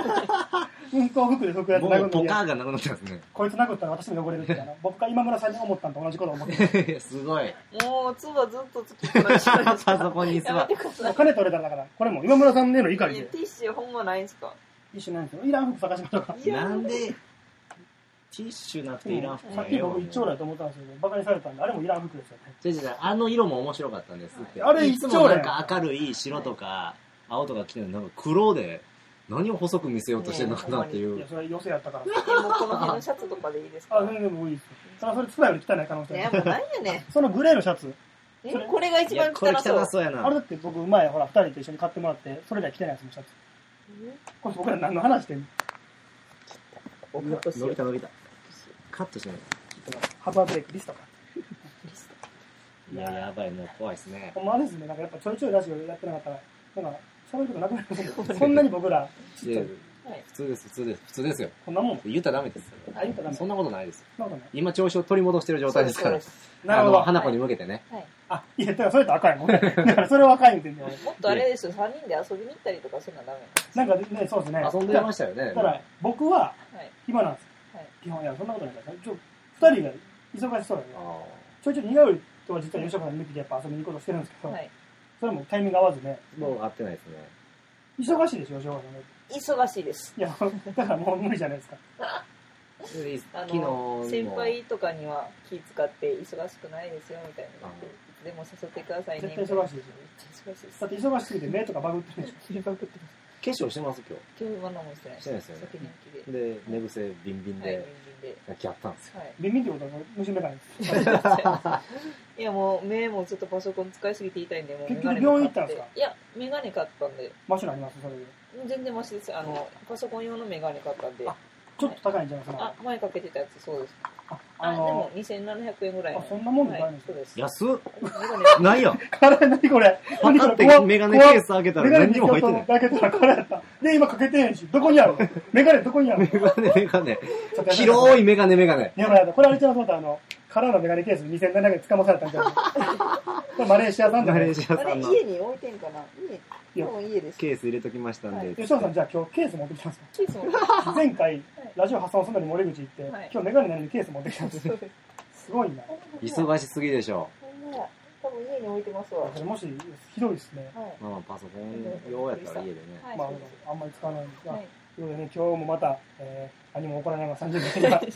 [SPEAKER 1] うんこ服で拭くやつ
[SPEAKER 4] も
[SPEAKER 1] 殴
[SPEAKER 4] う
[SPEAKER 1] るの
[SPEAKER 4] ポ
[SPEAKER 1] 嫌
[SPEAKER 4] カーがなくなったん です
[SPEAKER 1] こいつ殴ったら私も汚れるってあ の僕が今村さんに思ったのと同じことを思って
[SPEAKER 4] ね。すごい。
[SPEAKER 3] もう、つばずっとつきっぱなしなんです
[SPEAKER 4] パ
[SPEAKER 3] か。
[SPEAKER 4] ソコンに座
[SPEAKER 3] やめてください。
[SPEAKER 1] お金取れたらだからこれも今村さんへの怒り
[SPEAKER 3] いや
[SPEAKER 1] で
[SPEAKER 3] ティッシュほんまないんすか
[SPEAKER 1] 一緒なんですよいらん服探しましょうか
[SPEAKER 3] いや
[SPEAKER 4] なんで、ティッシュなくていらん服
[SPEAKER 1] さっき僕一丁だと思ったんですけどバカにされたんであれもいらん服ですよね
[SPEAKER 4] 違う違うあの色も面白かったんですって。
[SPEAKER 1] あれ
[SPEAKER 4] いつ
[SPEAKER 1] 一丁
[SPEAKER 4] も
[SPEAKER 1] だ
[SPEAKER 4] な
[SPEAKER 1] よ
[SPEAKER 4] んか明るい白とか青とか着てるのになんか黒で何を細く見せようとしてるのかなってい
[SPEAKER 1] いうや。それ寄せやったから
[SPEAKER 3] いやもうこの辺のシャツとかでいいですか
[SPEAKER 1] あ全然もういいですそれはそれつまより汚い可能性あ
[SPEAKER 3] ね
[SPEAKER 1] る
[SPEAKER 3] もうなんやね
[SPEAKER 1] そのグレーのシャツ
[SPEAKER 3] ん。えこれが一
[SPEAKER 4] い
[SPEAKER 3] 番
[SPEAKER 4] や、これ
[SPEAKER 3] 汚そう
[SPEAKER 4] 汚。そうや
[SPEAKER 1] あれ
[SPEAKER 4] な。
[SPEAKER 1] だって僕前ほら二人と一緒に買ってもらってそれじゃ着てないやつもシャツこれ僕ら何の話してんの
[SPEAKER 3] お
[SPEAKER 4] うわ
[SPEAKER 3] 隠し
[SPEAKER 4] 伸
[SPEAKER 3] よ
[SPEAKER 4] び
[SPEAKER 3] う
[SPEAKER 4] た伸びた。カットしない。
[SPEAKER 1] ハザードレイクリストか
[SPEAKER 4] いや、やばい、もう怖いですね。
[SPEAKER 1] ほんまあれですねなんかやっぱちょいちょいラジオやってなかったらなんか喋ることなくなるそんなに僕らち
[SPEAKER 4] い
[SPEAKER 1] ょ
[SPEAKER 4] や
[SPEAKER 1] っと
[SPEAKER 3] はい
[SPEAKER 4] 普通です、普通です、普通ですよ。
[SPEAKER 1] こんなもん
[SPEAKER 4] 言ったらダメです
[SPEAKER 1] あ言ったらダメ
[SPEAKER 4] そんなことないですよ。
[SPEAKER 1] なんかね
[SPEAKER 4] 今、調子を取り戻してる状態ですから。
[SPEAKER 3] そうです
[SPEAKER 1] なるほ
[SPEAKER 4] あの
[SPEAKER 1] ど
[SPEAKER 4] 花子に向けてね。
[SPEAKER 3] はい
[SPEAKER 1] あいやだからそれと赤いもんね だからそれは赤いんでね
[SPEAKER 3] もっとあれですよ、3人で遊びに行ったりとかするのはダメなんで
[SPEAKER 1] なんかねそうですね
[SPEAKER 4] 遊んでましたよね
[SPEAKER 1] だ。から僕は
[SPEAKER 3] す。はい。
[SPEAKER 1] 暇なんです
[SPEAKER 3] はい
[SPEAKER 1] 基本いやそんなことないからちょ二人が忙しそうだ
[SPEAKER 4] あ
[SPEAKER 1] ね
[SPEAKER 4] ー
[SPEAKER 1] ちょいちょい苦いとは実は吉岡さん抜きでやっぱ遊びに行こうとしてるんですけど
[SPEAKER 3] はい。
[SPEAKER 1] それもタイミング合わずね
[SPEAKER 4] もう合ってないですね。
[SPEAKER 1] 忙しいでしょ吉岡さんね
[SPEAKER 3] 忙しいです。
[SPEAKER 1] いや、だからもう無理じゃないですか。
[SPEAKER 4] で
[SPEAKER 3] あ
[SPEAKER 4] 昨日も
[SPEAKER 3] の、先輩とかには気使って忙しくないですよ、みたいな。でも誘ってくださいね。
[SPEAKER 1] 絶対忙しいでしょ
[SPEAKER 3] めっちゃ忙しいです
[SPEAKER 1] だって忙しすぎて目とかバグってるでしょ。
[SPEAKER 3] バグってます
[SPEAKER 4] 粧してます 今
[SPEAKER 3] 今日は何もしてない
[SPEAKER 4] してないですよね
[SPEAKER 3] 先に起き
[SPEAKER 4] 日。
[SPEAKER 3] で。
[SPEAKER 4] で、寝癖ビンビン
[SPEAKER 3] はい、
[SPEAKER 4] で、
[SPEAKER 3] 人間で。
[SPEAKER 4] さっきやったんですよ。
[SPEAKER 3] はい。
[SPEAKER 1] ビンビンってことは娘がです。
[SPEAKER 3] いやもう目もちょっとパソコン使いすぎて痛いんで、もう
[SPEAKER 1] 結局
[SPEAKER 3] メガネも買
[SPEAKER 1] 病院行ったんですか
[SPEAKER 3] いや、メガネ買ったんで、
[SPEAKER 1] マシュなりますそれで。
[SPEAKER 3] 全然マシです。あの、パソコン用のメガネ買ったんで、
[SPEAKER 1] あちょっと高いんじゃないです
[SPEAKER 3] あ
[SPEAKER 1] か。、
[SPEAKER 3] 前かけてたやつ、そうです。
[SPEAKER 1] あ、
[SPEAKER 3] あ、
[SPEAKER 1] あ
[SPEAKER 3] で
[SPEAKER 1] の
[SPEAKER 3] も、2700円ぐらいの。
[SPEAKER 1] あそんなもんで買え
[SPEAKER 3] は
[SPEAKER 1] るん
[SPEAKER 3] い
[SPEAKER 1] ですか
[SPEAKER 3] そうです。
[SPEAKER 4] 安っ
[SPEAKER 3] メガネ
[SPEAKER 4] なんや
[SPEAKER 1] から何これ。
[SPEAKER 4] パカっ
[SPEAKER 1] 何これ
[SPEAKER 4] てメガネケース開けた
[SPEAKER 1] メ
[SPEAKER 4] ら
[SPEAKER 1] ガネ
[SPEAKER 4] 何にも入ってない。
[SPEAKER 1] だけたらこれやった。で、今かけてへんし、どこにあるメガネどこにある
[SPEAKER 4] メガネメガネ。
[SPEAKER 1] ちょっとやめて
[SPEAKER 4] 広いメガネメガネ。
[SPEAKER 1] やばいやばいこれあれちゃうそうだ、あの、カラーのメガネケース2700円捕まされたん じゃないこれマレーシア産じゃな
[SPEAKER 4] マレ
[SPEAKER 1] い
[SPEAKER 4] ー
[SPEAKER 1] 吉
[SPEAKER 4] シア
[SPEAKER 3] あ
[SPEAKER 4] さ
[SPEAKER 3] れ、
[SPEAKER 4] んの
[SPEAKER 3] 家に置いてんかな家、多分家です。
[SPEAKER 4] ケース入れときましたんで。
[SPEAKER 1] 野さん、じゃあ今日ケース持ってきたんです
[SPEAKER 3] ケ ースも
[SPEAKER 1] か前回、ラジオ破産するのに森口行って、
[SPEAKER 3] はい
[SPEAKER 1] 今日メガネなのにケース持ってきたんです
[SPEAKER 3] そうです。
[SPEAKER 1] すごいな。
[SPEAKER 4] 忙しすぎでしょ。
[SPEAKER 3] ほんまや多分家に置いてますわ。
[SPEAKER 1] それもし、ひどいですね。
[SPEAKER 3] はい。
[SPEAKER 4] まあまあパソコン用やったら家でね。
[SPEAKER 3] はい。
[SPEAKER 1] まあ
[SPEAKER 3] そうです、
[SPEAKER 1] あんまり使わないんですが、
[SPEAKER 3] は
[SPEAKER 1] とい
[SPEAKER 3] いう
[SPEAKER 1] ことでね、今日もまた、えー、何も起こらないまま30分が過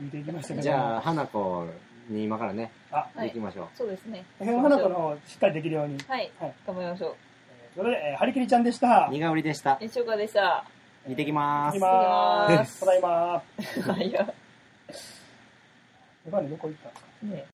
[SPEAKER 1] ぎていきましたけども、
[SPEAKER 4] じゃあ、花子に今からね、
[SPEAKER 1] あ、
[SPEAKER 3] はい
[SPEAKER 4] 行きましょ
[SPEAKER 3] そうですね。
[SPEAKER 1] えー花子の方をしっかりできるように。
[SPEAKER 3] はい
[SPEAKER 1] はい。
[SPEAKER 3] 頑張りましょう。
[SPEAKER 1] それで、えー、はりきりちゃんでした。
[SPEAKER 4] う。苦売りでした。
[SPEAKER 3] え、しょうかでした。
[SPEAKER 4] 行ってき
[SPEAKER 1] 行
[SPEAKER 4] まーす
[SPEAKER 1] き。まー
[SPEAKER 3] 行きます
[SPEAKER 1] す。ただいまー。
[SPEAKER 3] いや、
[SPEAKER 1] メガネどこ行った
[SPEAKER 3] ね。